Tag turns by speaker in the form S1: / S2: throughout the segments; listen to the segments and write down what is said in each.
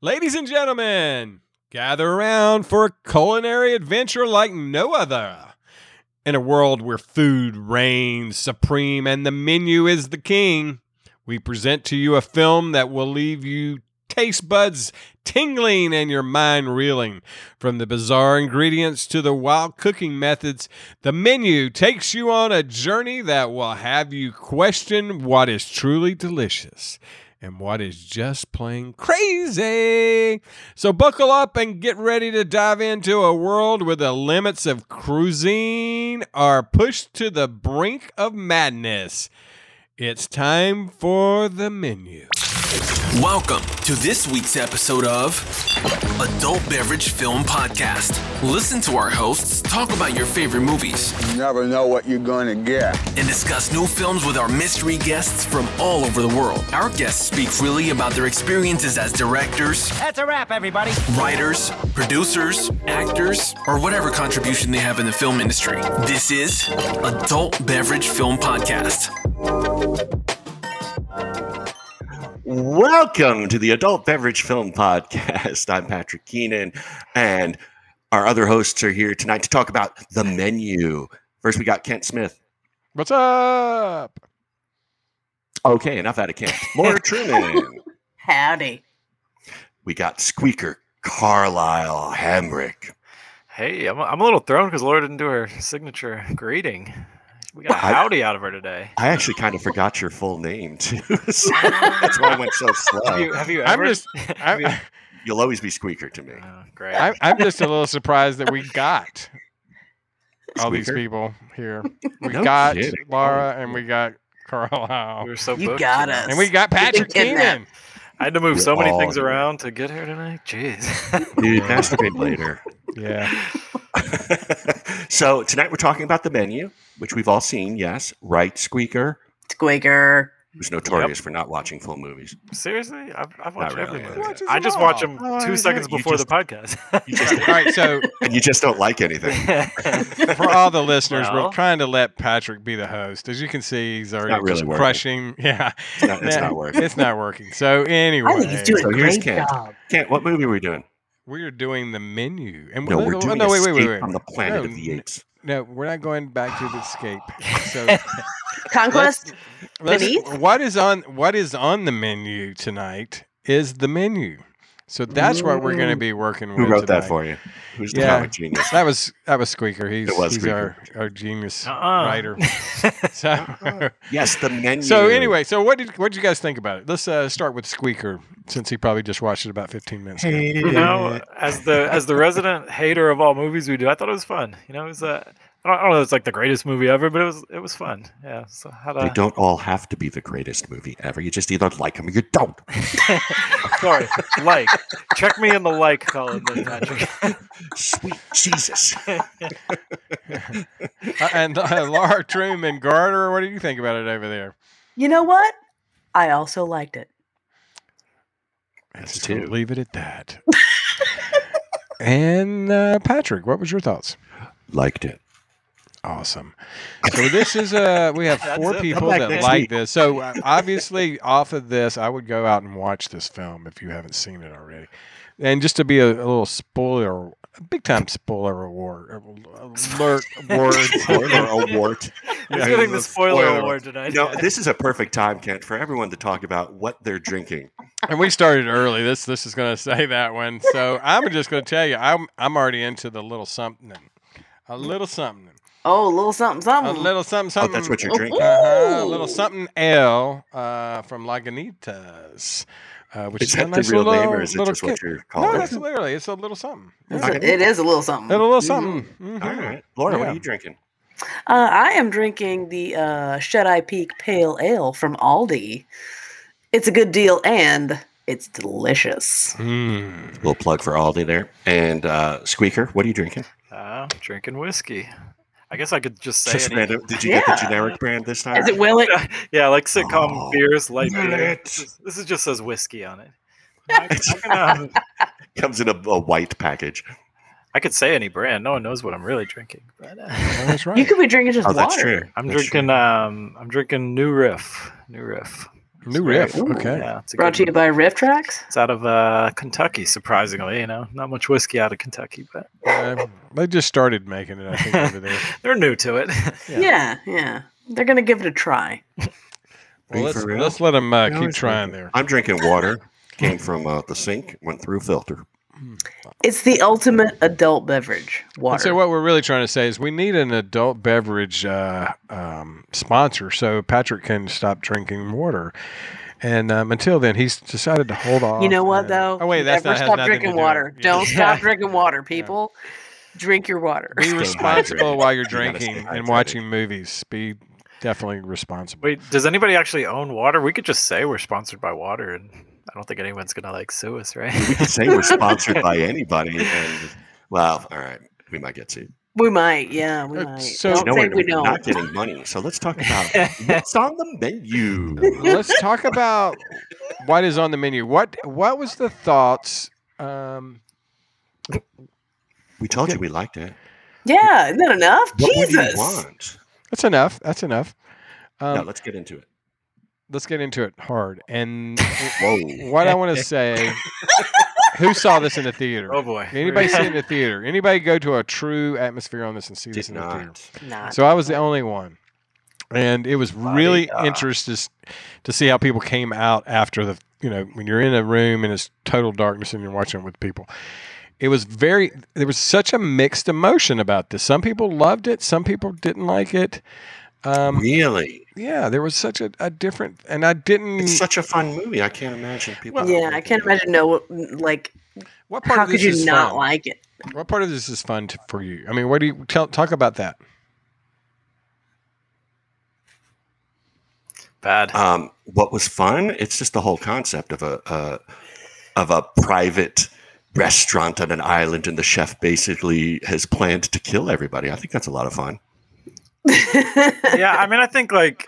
S1: Ladies and gentlemen, gather around for a culinary adventure like no other. In a world where food reigns supreme and the menu is the king, we present to you a film that will leave you taste buds tingling and your mind reeling. From the bizarre ingredients to the wild cooking methods, the menu takes you on a journey that will have you question what is truly delicious and what is just plain crazy. So buckle up and get ready to dive into a world where the limits of cuisine are pushed to the brink of madness. It's time for the menu.
S2: Welcome to this week's episode of Adult Beverage Film Podcast. Listen to our hosts talk about your favorite movies
S3: You never know what you're gonna get.
S2: and discuss new films with our mystery guests from all over the world. Our guests speak freely about their experiences as directors,
S4: That's a wrap, everybody.
S2: writers, producers, actors, or whatever contribution they have in the film industry. This is Adult Beverage Film Podcast.
S5: Welcome to the Adult Beverage Film Podcast. I'm Patrick Keenan, and our other hosts are here tonight to talk about the menu. First, we got Kent Smith.
S1: What's up?
S5: Okay, enough out of Kent. Laura Truman.
S6: Howdy.
S5: We got Squeaker Carlisle Hamrick.
S7: Hey, I'm, I'm a little thrown because Laura didn't do her signature greeting. We got a
S5: Well, I-
S7: howdy out of her today.
S5: I actually kind of forgot your full name, too. so that's why I went so
S7: Have you,
S5: slow.
S7: have you
S1: I'm
S7: ever?
S1: just-
S7: have you-
S1: I,
S5: You'll always be Squeaker to me.
S7: Oh, great.
S1: I, I'm just a little surprised that we got all these
S5: Squeaker?
S1: people here. We
S5: No
S1: got
S5: kidding. Oh,
S1: Laura and we got Carlisle.
S7: we were so
S6: You
S7: booked,
S6: got
S7: know.
S6: us.
S1: And we got Patrick
S6: kidnapped.
S1: Keenan.
S7: I had to move
S5: We're
S7: so many
S5: all
S7: things
S5: here.
S7: around to get here tonight. Jeez.
S5: Dude, masturbate later.
S1: Yeah.
S5: so, tonight we're talking about the menu, which we've all seen, yes. Right, Squeaker?
S6: Squigger.
S5: who's notorious for not watching full movies.
S7: Seriously, I've, I've watched
S5: really.
S7: every
S5: He
S7: movie.
S1: watches
S7: I
S1: them
S7: just watch
S1: all.
S7: them
S1: Oh,
S7: two
S1: yeah,
S7: seconds
S5: you
S7: before the
S5: You just-
S1: All right. So
S5: And you just don't like anything.
S7: podcast.
S1: for all the listeners, we're
S7: Well.
S1: trying to let Patrick be the host. As you can see, he's already
S5: not really
S1: just
S5: working.
S1: crushing. Yeah.
S5: It's not, it's not working.
S1: It's not working. So anyway,
S6: I think he's doing
S5: so
S6: a
S5: here's
S6: great
S5: Ken.
S6: job.
S5: Kent, what movie are we doing?
S1: we're doing the menu. And
S5: No,
S1: no,
S5: we're
S1: no,
S5: doing
S1: no, wait,
S5: Escape
S1: wait, wait, wait.
S5: from the Planet
S1: No,
S5: of the Apes.
S1: No, we're not going back to the escape. So
S6: Conquest.
S1: Let's-
S6: Beneath?
S1: what is on what is on the menu tonight is the menu. So that's what we're going to be working with.
S5: Who wrote that
S1: tonight.
S5: for you? Who's the
S1: Yeah.
S5: comic genius?
S1: That was that was Squeaker. He's,
S5: was
S1: he's
S5: Squeaker.
S1: our our genius
S7: Uh-uh.
S1: writer. So
S5: Yes, the menu.
S1: so anyway, so what did what did you guys think about it? Let's uh, start with Squeaker since he probably just watched it about 15 minutes ago.
S7: you know, as the as the resident hater of all movies we do, I thought it was fun. You know, it was uh, I don't, I don't know, it's like the greatest movie ever, but it was it was fun. Yeah. So how
S1: uh,
S5: They
S7: to
S5: don't all have to be the greatest movie ever. You just either like them or you don't.
S7: sorry like check me in the like column, there, Patrick.
S5: Sweet Jesus.
S1: Uh, and uh, Laura Truman Garter, what do you think about it over there?
S6: You know what? I also liked it.
S5: That's
S1: Just
S5: two.
S1: gonna Leave it at that. and uh, Patrick, what was your thoughts?
S5: Liked it.
S1: Awesome. So this is uh we have
S7: That's
S1: four
S7: it. Come
S1: people
S5: back
S1: that
S5: next
S1: like
S5: week.
S1: this. So uh, obviously off of this, I would go out and watch this film if you haven't seen it already. And just to be a, a little spoiler, a big time spoiler award uh, alert word.
S5: Spoiler award.
S7: He's getting the
S5: he's a
S7: spoiler
S5: spoiler.
S7: award tonight.
S5: No, this is a perfect time, Kent, for everyone to talk about what they're drinking.
S1: And we started early. This this is going to say that one. So I'm just going to tell you, I'm I'm already into the little something, a little something,
S6: Oh, a little something,
S1: a
S6: something.
S1: little something,
S5: Oh,
S1: something.
S5: that's what you're
S6: Ooh,
S5: drinking.
S1: Uh-huh, a little
S6: ooh.
S1: something L uh, from Lagunitas, uh, which
S5: Is
S1: is, a
S5: that the
S1: nice
S5: real
S1: little,
S5: name or is it
S1: little
S5: just what
S1: kit.
S5: you're
S1: No,
S5: calling
S1: that's
S5: it?
S1: literally it's a little something.
S6: It's
S1: Yeah.
S6: a- it is a little something.
S1: A little
S6: Mhm.
S1: something. Mhm.
S5: All right. Laura, what
S1: Yeah.
S5: are you drinking?
S6: Uh, I am drinking the uh, Shut Eye Peak Pale Ale from Aldi. It's a good deal and it's delicious.
S1: Mm.
S5: little plug for Aldi there. And uh, Squeaker, what are you drinking?
S7: Uh, drinking whiskey. I guess I could just say
S5: Just
S7: any-
S5: random. Did you get the
S6: Yeah.
S5: generic brand this time?
S6: Is it Willick?
S7: yeah, like sitcom
S5: Oh,
S7: beers, light
S5: damn
S7: beer.
S5: it.
S7: This, is- this is just says whiskey on it. I, I can, um,
S5: Comes in a, a white package.
S7: I could say any brand. No one knows what I'm really drinking. But,
S1: Oh,
S7: uh,
S1: that's right.
S6: You could be drinking just
S5: Oh,
S6: water.
S5: that's true.
S7: I'm
S5: That's
S7: drinking.
S5: true.
S7: Um, I'm drinking New Riff. New Riff.
S1: New
S5: Great.
S1: riff. Okay.
S7: Yeah, it's a
S6: Brought to
S7: good
S6: you by Riff Tracks.
S7: It's out of uh, Kentucky, surprisingly. You know, not much whiskey out of Kentucky, but
S1: Uh, they just started making it, I think, over there.
S7: they're new to it.
S6: Yeah, yeah. They're gonna give it a try.
S1: Well,
S5: you
S1: let's,
S5: for real?
S1: let's let them uh,
S5: No,
S1: keep
S5: it's
S1: trying
S5: okay.
S1: there.
S5: I'm drinking water. Came from uh, the sink, went through filter.
S6: It's the ultimate adult beverage. Water.
S1: And so, what we're really trying to say is we need an adult beverage uh, um, sponsor so Patrick can stop drinking water. And um, until then, he's decided to hold off.
S6: you know what
S1: and-
S6: though?
S1: Oh, wait, that's
S6: Never
S1: not, has
S6: stop
S1: nothing to
S6: drinking
S1: do with-
S6: water.
S1: yeah.
S6: Don't
S7: Yeah.
S6: stop drinking water, people. Drink your water.
S1: Be responsible
S5: hydrated.
S1: while you're
S5: You gotta stay
S1: drinking and
S5: hydrated.
S1: watching movies. Be definitely responsible.
S7: Wait, does anybody actually own water? We could just say we're sponsored by water, and I don't think anyone's gonna like sue us, right?
S5: We could say we're sponsored by anybody. And well, all right, we might get sued.
S6: We might, yeah, we
S1: Uh,
S6: might.
S1: so-
S6: don't
S5: No,
S6: say
S5: we're
S6: we
S5: we're
S6: don't.
S5: not getting money. So let's talk about what's on the menu.
S1: Let's talk about what is on the menu. What what was the thoughts? Um,
S5: We told you we liked it.
S6: Yeah, isn't that enough?
S5: What would you
S6: Jesus.
S5: want?
S1: that's enough. That's enough.
S5: No,
S1: Um,
S5: let's get into it.
S1: let's get into it hard. And
S5: Whoa.
S1: what I want to say, who saw this in the theater?
S7: Oh boy.
S1: Anybody see it in the theater? Anybody go to a true atmosphere on this and see this
S5: Did
S1: in the theater?
S5: not.
S6: Not.
S1: So I was the only one. And it was really
S7: Body, uh,
S1: interesting to see how people came out after the, you know, when you're in a room and it's total darkness and you're watching it with people. It was very, there was such a mixed emotion about this. Some people loved it, some people didn't like it. Um,
S5: Really?
S1: yeah, there was such a, a different, and I didn't.
S5: It's such a fun movie. I can't imagine
S1: Well-
S5: people. not
S6: Mm. yeah, I
S5: liking
S6: can't
S5: it.
S6: imagine. No, like,
S1: What part
S6: how
S1: of this
S6: could you
S1: is
S6: not
S1: fun?
S6: like it?
S1: What part of this is fun to, for you? I mean, what do you tell, talk about that?
S7: Bad.
S5: Um, what was fun? It's just the whole concept of a uh, of a private restaurant on an island, and the chef basically has planned to kill everybody. I think that's a lot of fun.
S7: yeah, I mean, I think like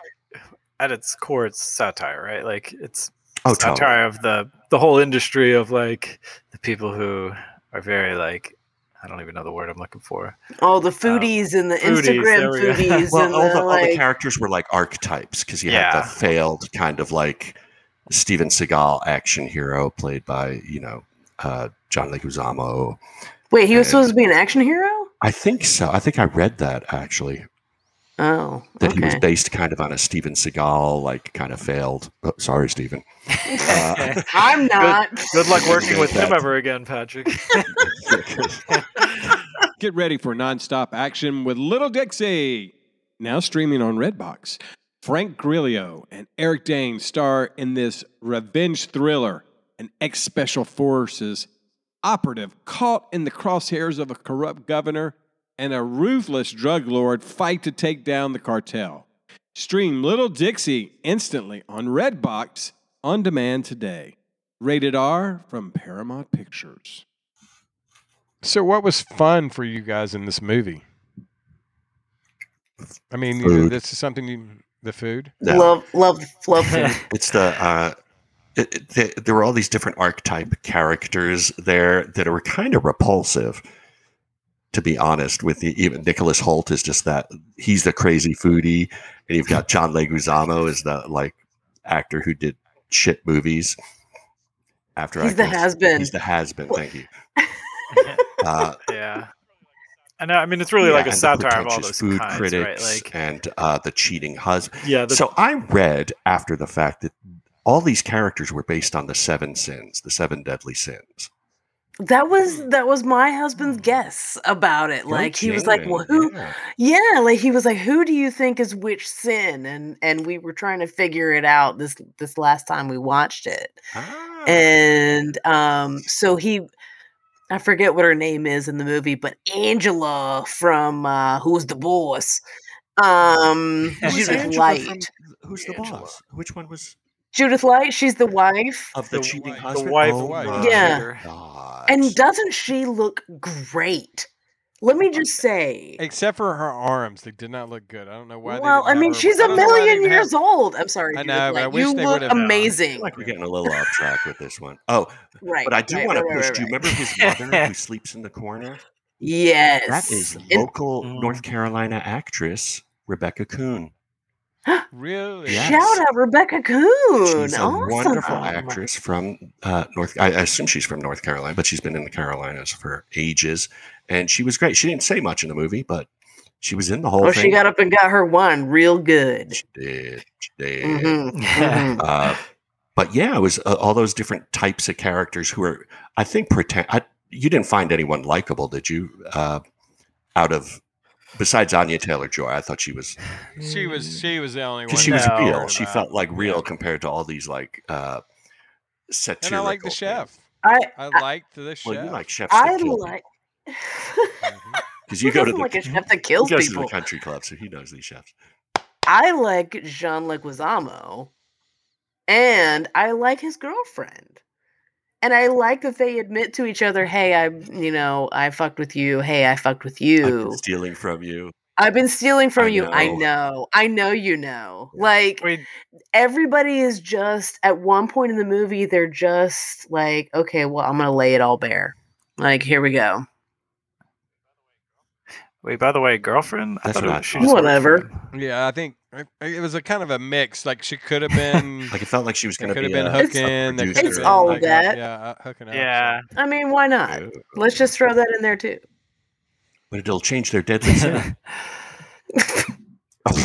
S7: at its core, it's satire, right? Like it's
S5: Oh, totally.
S7: satire of the the whole industry of like the people who are very like I don't even know the word I'm looking for.
S6: All
S1: Oh,
S6: the foodies and the
S7: foodies,
S6: Instagram
S7: there we go.
S6: foodies
S5: Well,
S6: and
S5: all the,
S6: the,
S5: all the
S6: like.
S5: characters were like archetypes because you had
S7: Yeah.
S5: the failed kind of like Steven Seagal action hero played by you know uh, John Leguizamo.
S6: Wait, he was
S5: and-
S6: supposed to be an action hero?
S5: I think so. I think I read that actually
S6: Oh,
S5: that he was
S6: okay.
S5: based kind of on a Steven Seagal like kind of failed. Oh, sorry, Steven. Uh,
S6: I'm not.
S7: Good luck working with
S5: Bad.
S7: him ever again, Patrick.
S1: Get ready for nonstop action with Little Dixie. Now streaming on Redbox. Frank Grillo and Eric Dane star in this revenge thriller. An ex special forces operative caught in the crosshairs of a corrupt governor and a ruthless drug lord fight to take down the cartel. Stream Little Dixie instantly on Redbox on demand today. Rated R from Paramount Pictures. So, what was fun for you guys in this movie? I mean, you know,
S5: Food.
S1: this is something you the food.
S5: No.
S6: Love, love, love food.
S5: it's the uh, it, it, th- there were all these different archetype characters there that were kind of repulsive. To be honest with you, even Nicholas Holt is just that he's the crazy foodie, and you've got John Leguizamo is the like actor who did shit movies. After
S6: He's the
S5: guess-
S6: has-been.
S5: He's the has been. Thank you. Uh,
S7: yeah. And uh, I mean, it's really like
S5: yeah,
S7: a
S5: and the
S7: satire of all
S5: pretentious
S7: those
S5: food
S7: kinds,
S5: critics
S7: right? Like,
S5: and uh, the cheating husband.
S7: yeah, the,
S5: so I read after the fact that all these characters were based on the seven sins, the seven deadly sins.
S6: That
S5: Hmm.
S6: was that was my husband's guess about it.
S5: Go
S6: Like he was like,
S5: Jaden,
S6: "Well, who
S5: yeah.
S6: Yeah, like he was like, "Who do you think is which sin?" And and we were trying to figure it out this this last time we watched it.
S5: Ah.
S6: And um, so he, I forget what her name is in the movie, but Angela from uh, Who's the Boss, um,
S5: Who was
S6: Judith
S5: Angela
S6: Light.
S5: from- who's the
S7: Angela.
S5: boss? Which one was
S6: Judith Light, she's the wife,
S5: of the,
S7: The
S5: cheating
S1: wife- the
S5: husband?
S7: wife
S5: Oh
S1: wife.
S5: my
S6: Yeah.
S5: God.
S6: and doesn't she look great? Let me just say.
S1: Except for her arms, they did not look good. I don't know why. they
S6: Well,
S1: didn't
S6: I
S1: have
S6: mean,
S1: her-
S6: she's
S1: I
S6: a
S1: don't know why they
S6: million
S1: didn't have-
S6: years old. I'm sorry.
S1: I
S6: Judith
S1: know, but I
S6: Light.
S1: wish
S6: you
S1: they
S6: look
S1: would've known.
S6: amazing.
S5: like we're getting a little off track with this one. Oh,
S6: Right.
S5: but I do
S6: right,
S5: want to
S6: right, right,
S5: push.
S6: right,
S5: Do you
S6: right.
S5: remember his mother who sleeps in the corner?
S6: Yes.
S5: That is
S6: And-
S5: local
S7: Mm.
S5: North Carolina actress Rebecca Coon.
S1: Really?
S5: Yeah.
S6: Shout out Rebecca Coon.
S5: She's a
S6: awesome.
S5: wonderful actress from uh, North. I, I assume she's from North Carolina, but she's been in the Carolinas for ages, and she was great. She didn't say much in the movie, but she was in the whole
S6: Oh,
S5: thing.
S6: she got up and got her one real good.
S5: She did. She did.
S6: Mhm, mhm.
S5: Uh, but yeah, it was uh, all those different types of characters who are. I think pretend. I, you didn't find anyone likable, did you? Uh, out of besides Anya Taylor Joy, I thought she was
S1: She was she was the only one.
S5: because she was
S1: that I
S5: real.
S1: heard
S5: She
S1: about.
S5: felt like real compared to all these like uh, satirical.
S1: And I like the chef.
S6: I
S1: I liked the chef. Mm-hmm.
S5: Well, you like chefs.
S6: I like.
S5: because
S6: Who
S5: you go to
S6: doesn't
S5: the
S6: like a chef that
S5: he
S6: kills
S5: goes to the
S6: people.
S5: country club, so he knows these chefs.
S6: I like Jean Leguizamo, and I like his girlfriend, and I like that they admit to each other, "Hey, I, you know, I fucked with you. Hey, I fucked with
S5: I've been
S6: you.
S5: stealing from you.
S6: I've been stealing from
S5: I
S6: you. I
S5: know.
S6: know. I know you know."
S5: Yeah.
S6: Like
S7: Wait,
S6: everybody is just at one point in the movie, they're just like, "Okay, well, I'm gonna lay it all bare. Like, here we go."
S7: wait. By the way, girlfriend.
S5: That's
S7: I thought
S5: what
S7: it
S5: I
S7: was- she
S5: thought.
S7: just worked for
S6: Whatever.
S7: him.
S1: Yeah, I think I- it was a kind of a mix. Like she could have been.
S5: Like it felt like she was
S1: They
S5: going to
S1: could
S5: be
S1: have been
S5: a,
S1: hooking.
S5: a
S1: they
S5: producer.
S1: could've
S6: It's
S1: been,
S6: all
S1: like, uh,
S6: that.
S1: Yeah, uh, hooking up. so-
S7: Yeah.
S6: I mean, why not? Let's just throw that in there too.
S5: but it'll change their deadly sin.
S1: Well,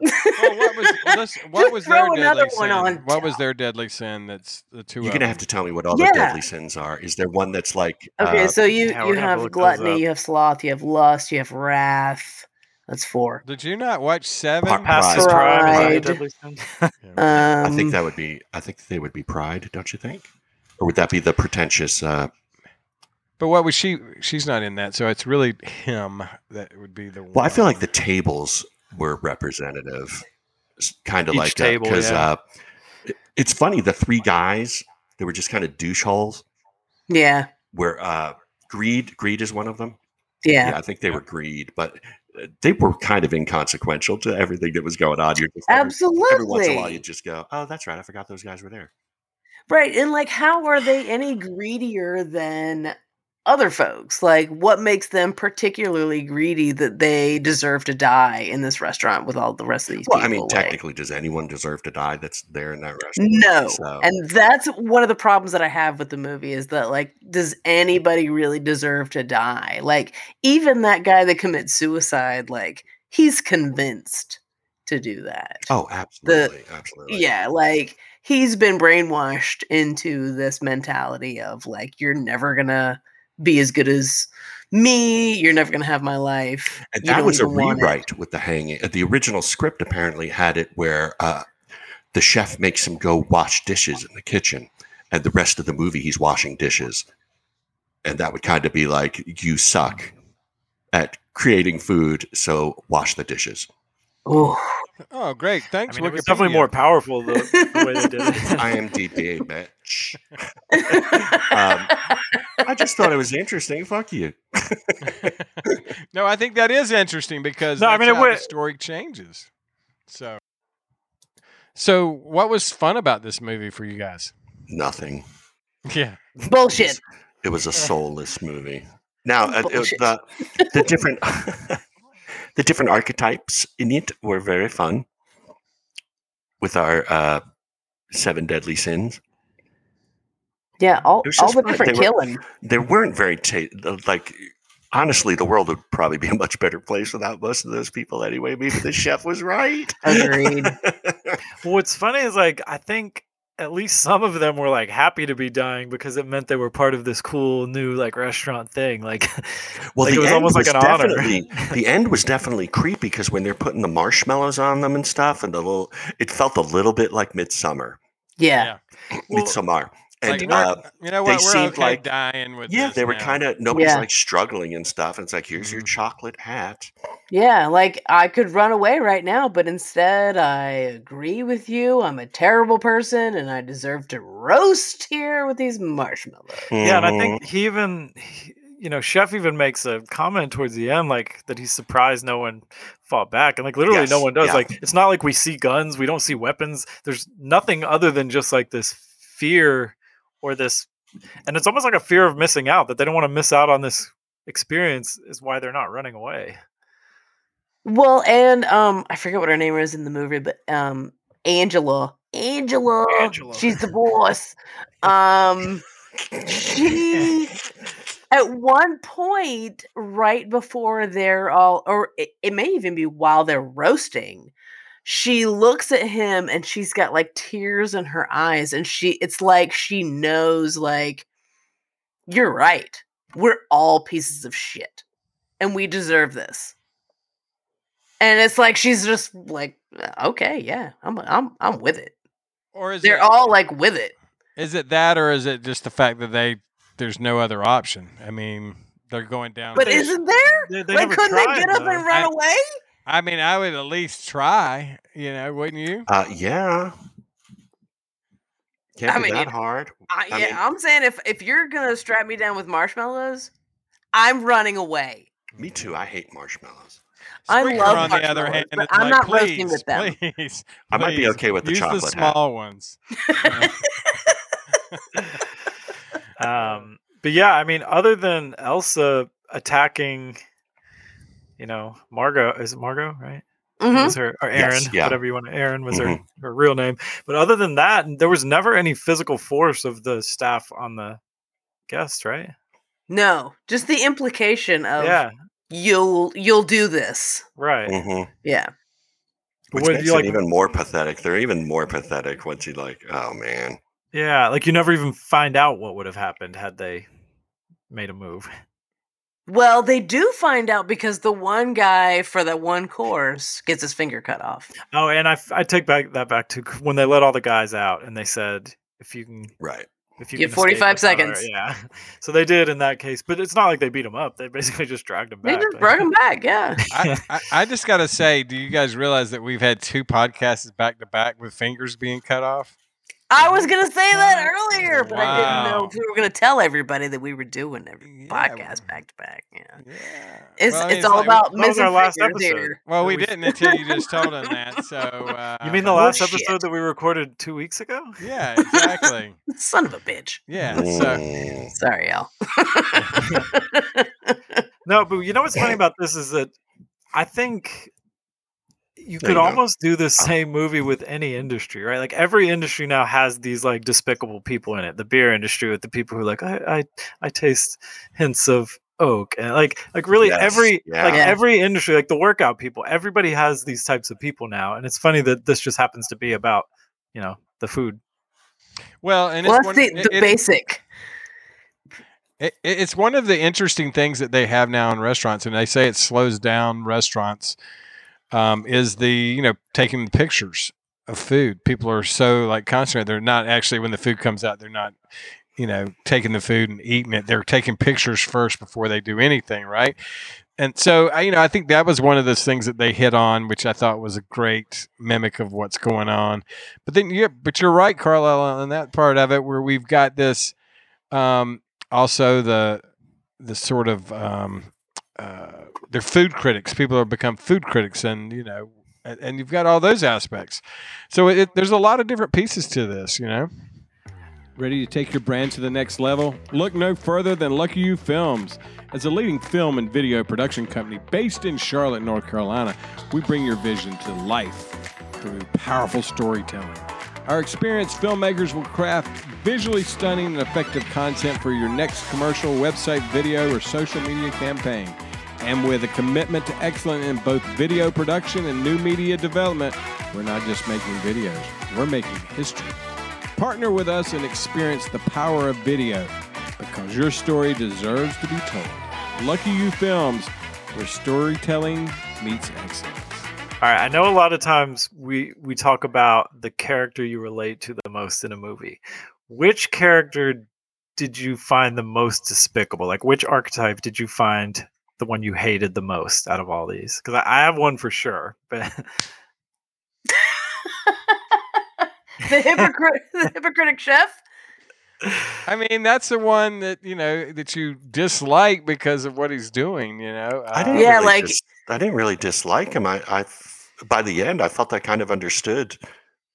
S1: what was well, let's- what
S6: Just
S1: was
S6: throw
S1: their
S6: another
S1: deadly
S6: one
S1: sin?
S6: on
S1: What was their deadly sin? That's the two.
S5: You're
S1: of
S5: going to
S1: them?
S5: have to tell me what all
S6: Yeah.
S5: the deadly sins are. Is there one that's like
S6: Okay,
S5: uh,
S6: so you
S7: yeah,
S6: you
S7: we're gonna have to
S6: have
S7: look those
S6: gluttony,
S7: up.
S6: you have sloth, you have lust, you have wrath. That's four.
S1: Did you not watch Seven?
S5: Part-
S7: Past his
S6: Pride.
S7: pride.
S6: Pride.
S7: is that deadly sin?
S1: Yeah.
S6: Um,
S5: I think that would be I think they would be pride, don't you think? Or would that be the pretentious uh,
S1: But what was she? She's not in that, so it's really him that would be the.
S5: Well, I feel
S1: one.
S5: like the tables were representative, kind of
S7: Each
S5: like
S7: table,
S5: because
S7: yeah.
S5: uh, it- it's funny the three guys they were just kind of douche holes.
S6: yeah,
S5: Where uh, greed, greed is one of them.
S6: yeah.
S5: I think they were greed, but uh, they were kind of inconsequential to everything that was going on. You're just every,
S6: Absolutely.
S5: every once in a while you just go, "Oh, that's right, I forgot those guys were there."
S6: right. And like how are they any greedier than other folks? Like what makes them particularly greedy that they deserve to die in this restaurant with all the rest of these
S5: Well, I
S6: people?
S5: mean,
S6: Like,
S5: technically, does anyone deserve to die that's there in that restaurant?
S6: No.
S5: So-
S6: And that's one of the problems that I have with the movie is that like, does anybody really deserve to die? Like, even that guy that commits suicide, like, he's convinced to do that.
S5: Oh, absolutely, absolutely.
S6: yeah, like he's been brainwashed into this mentality of like, you're never gonna be as good as me, you're never gonna have my life.
S5: And
S6: you
S5: that
S6: don't
S5: was a
S6: even want it."
S5: rewrite with the hanging. uh, The original script apparently had it where uh, the chef makes him go wash dishes in the kitchen, and the rest of the movie he's washing dishes, and that would kind of be like you suck at creating food, so wash the dishes.
S6: Ooh.
S1: Oh, great!
S7: I
S1: Thanks.
S7: mean, it was
S1: Wikipedia.
S7: definitely
S5: uh,
S7: more powerful the, the way they did it.
S5: IMDb, bitch. Um, I just thought it was interesting. Fuck you.
S1: no, I think that is interesting because
S7: No, I
S1: that's
S7: mean, it
S1: how the
S7: would-
S1: story changes. So, so what was fun about this movie for you guys?
S5: Nothing.
S1: Yeah,
S6: Bullshit.
S5: It was a soulless movie. Now
S7: Oh,
S5: uh, it-
S6: Bullshit.
S5: the the different the different archetypes in it were very fun with our uh, seven deadly sins.
S6: Yeah, all,
S5: It was
S6: all
S5: just
S6: the
S5: fun.
S6: different
S5: They were-
S6: killing.
S5: There weren't very ta- the- like honestly, the world would probably be a much better place without most of those people anyway. Maybe the chef was right.
S6: Agreed.
S7: Well, What's funny is like I think at least some of them were like happy to be dying because it meant they were part of this cool new like restaurant thing. Like,
S5: Well,
S7: like,
S5: the
S7: it was
S5: end
S7: almost like
S5: was
S7: an honor.
S5: definitely- the end was definitely creepy because when they're putting the marshmallows on them and stuff, and the little, it felt a little bit like Midsummer,
S6: Yeah.
S7: Well,
S5: Midsommar, and
S1: Like, we're-
S5: uh,
S1: you know
S5: they
S1: what? We're
S5: seemed
S1: okay
S5: like-
S1: dying with.
S5: yeah,
S1: this
S5: they were
S1: now.
S5: kind of nobody's
S6: Yeah.
S5: like struggling and stuff. And it's like, here's your chocolate hat.
S6: Yeah. Like I could run away right now, but instead I agree with you. I'm a terrible person and I deserve to roast here with these marshmallows.
S7: yeah, and I
S5: Mm-hmm.
S7: think he even, he- you know, Chef even makes a comment towards the end like that he's surprised no one fought back, and like literally no
S5: Yes,
S7: one does.
S5: yeah.
S7: Like it's not like we see guns, we don't see weapons. There's nothing other than just like this fear or this, and it's almost like a fear of missing out that they don't want to miss out on this experience is why they're not running away.
S6: Well, and um, I forget what her name is in the movie, but um, Angela, Angela,
S7: Angela.
S6: she's the boss. Um, she
S5: Mm-hmm.
S6: at one point, right before they're all, or it, it may even be while they're roasting, she looks at him and she's got like tears in her eyes, and she, it's like she knows, like, you're right, we're all pieces of shit, and we deserve this. And it's like she's just like, "Uh, okay, yeah, I'm, I'm, I'm with it.
S1: Or is
S6: They're
S1: it,
S6: all like with it.
S1: is it that, or is it just the fact that they there's no other option? I mean, they're going down.
S6: But
S7: they-
S6: isn't there?
S7: They,
S6: like, couldn't they get up
S7: though.
S6: and run
S1: I-
S6: away?
S1: I mean, I would at least try. You know, wouldn't you?
S5: Uh, yeah. Can't
S6: I
S5: be
S6: mean,
S5: that hard.
S6: I,
S5: I
S6: yeah,
S5: mean-
S6: I'm saying if if you're gonna strap me down with marshmallows, I'm running away.
S5: Me too. I hate marshmallows.
S6: I
S1: Springer,
S6: love
S1: on the other
S6: marshmallows,
S1: hand,
S6: but
S1: is
S6: I'm
S1: like,
S6: not
S1: please,
S6: roasting with them."
S1: Please,
S5: I might be
S1: please,
S5: okay with the
S1: use
S5: chocolate
S1: the
S5: hat.
S1: small ones. Yeah.
S7: Um, but yeah, I mean, other than Elsa attacking, you know, Margot is it Margot, right?
S6: Mhm.
S7: Was her or Aaron,
S5: Mm-hmm. Yes, yeah. Mm-hmm.
S7: whatever you want. to Aaron was her her real name. But other than that, there was never any physical force of the staff on the guest, right?
S6: No, just the implication of
S7: yeah,
S6: you'll you'll do this.
S7: right.
S5: hmm
S6: Yeah,
S7: But
S5: Which
S7: would
S5: makes
S7: you
S5: it
S7: like-
S5: even more pathetic. They're even more pathetic once you like, oh man.
S7: Yeah, like you never even find out what would have happened had they made a move.
S6: Well, they do find out because the one guy for that one course gets his finger cut off.
S7: Oh, and I, f- I take back that back to when they let all the guys out and they said if you can
S5: Right.
S7: if you
S6: You have
S7: can escape
S6: 45
S7: without her-
S6: seconds.
S7: yeah, so they did in that case, but it's not like they beat him up. They basically just dragged him
S6: They
S7: back.
S6: just
S7: like-
S6: brought him back. Yeah,
S1: I, I, I just gotta say, do you guys realize that we've had two podcasts back to back with fingers being cut off?
S6: I was gonna say that earlier, but I didn't know
S1: Wow.
S6: if we were gonna tell everybody that we were doing every
S1: Yeah,
S6: podcast back to back. Yeah,
S1: Yeah.
S6: it's
S1: Well, I mean,
S6: it's all
S1: like-
S6: about
S7: that was our
S6: missing
S7: last
S6: fingers
S7: episode.
S6: here.
S1: Well, we
S7: we-
S1: didn't until you just told him that. So uh,
S7: You mean the last
S6: Bullshit.
S7: episode that we recorded two weeks ago?
S1: Yeah, exactly.
S6: Son of a bitch.
S1: Yeah. So
S5: Mm.
S6: Sorry, Al.
S7: No, but you know what's funny about this is that I think you
S5: There you
S7: could
S5: go. Uh-huh.
S7: almost do the same movie with any industry, right? Like every industry now has these like despicable people in it. The beer industry with the people who are like I I, I taste hints of oak and like like really
S5: Yes,
S7: every like
S5: yeah.
S7: every industry like the workout people everybody has these types of people now and it's funny that this just happens to be about you know the food
S1: well, and it's
S6: Well, that's
S1: one,
S6: the,
S1: it-
S6: the
S1: it-
S6: basic.
S1: It, it- it's one of the interesting things that they have now in restaurants, and they say it slows down restaurants. Um, is the you know taking the pictures of food? People are so like concentrated; they're not actually when the food comes out, they're not you know taking the food and eating it. They're taking pictures first before they do anything, right? And so I, you know, I think that was one of those things that they hit on, which I thought was a great mimic of what's going on. But then, yeah, but you're right, Carlisle, on that part of it where we've got this. Um, also the the sort of um, uh, they're food critics. People have become food critics, and you know, and, and you've got all those aspects. So it, there's a lot of different pieces to this, you know. Ready to take your brand to the next level? Look no further than Lucky You Films. As a leading film and video production company based in Charlotte, North Carolina, we bring your vision to life through powerful storytelling. Our experienced filmmakers will craft visually stunning and effective content for your next commercial, website, video, or social media campaign. And with a commitment to excellence in both video production and new media development, we're not just making videos, we're making history. Partner with us and experience the power of video because your story deserves to be told. Lucky You Films, where storytelling meets excellence.
S7: All right, I know a lot of times we we talk about the character you relate to the most in a movie. Which character did you find the most despicable? Like which archetype did you find the one you hated the most out of all these? Because I, I have one for sure, but
S6: The hypocrite, the hypocritic chef.
S1: I mean, that's the one that you know that you dislike because of what he's doing. You know,
S5: I
S1: Uh,
S5: didn't
S6: Yeah,
S5: really
S6: like-
S5: dis- I didn't really dislike him. I, I by the end I felt I kind of understood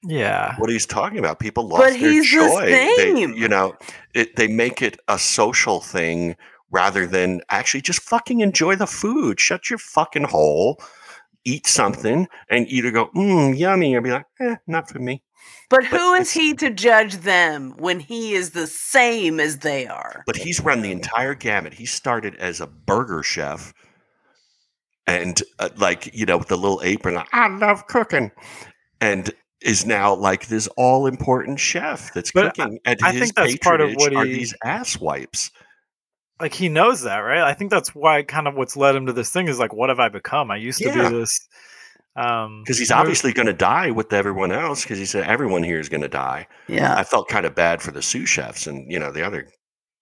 S7: yeah,
S5: what he's talking about. People
S6: But
S5: lost their
S6: he's the
S5: joy. They,
S6: same.
S5: you know, it, they make it a social thing rather than actually just fucking enjoy the food. Shut your fucking hole eat something and either go, mm, yummy, or be like, eh, not for me.
S6: But who is
S5: it's-
S6: he to judge them when he is the same as they are?
S5: But he's run the entire gamut. He started as a burger chef and uh, like, you know, with the little apron, like, I love cooking. And is now like this all important chef that's
S7: But I-
S5: cooking. And
S7: I
S5: his
S7: think that's part of
S5: patronage
S7: what
S5: are
S7: he-
S5: these ass wipes.
S7: like he knows that, right? I think that's why kind of what's led him to this thing is like, what have I become? I used to
S5: Yeah.
S7: be this. Um,
S5: Because he's
S7: mo-
S5: obviously going to die with everyone else. Because he said everyone here is going to die.
S7: Uh
S6: Yeah.
S5: I felt kind of bad for the sous chefs and you know the other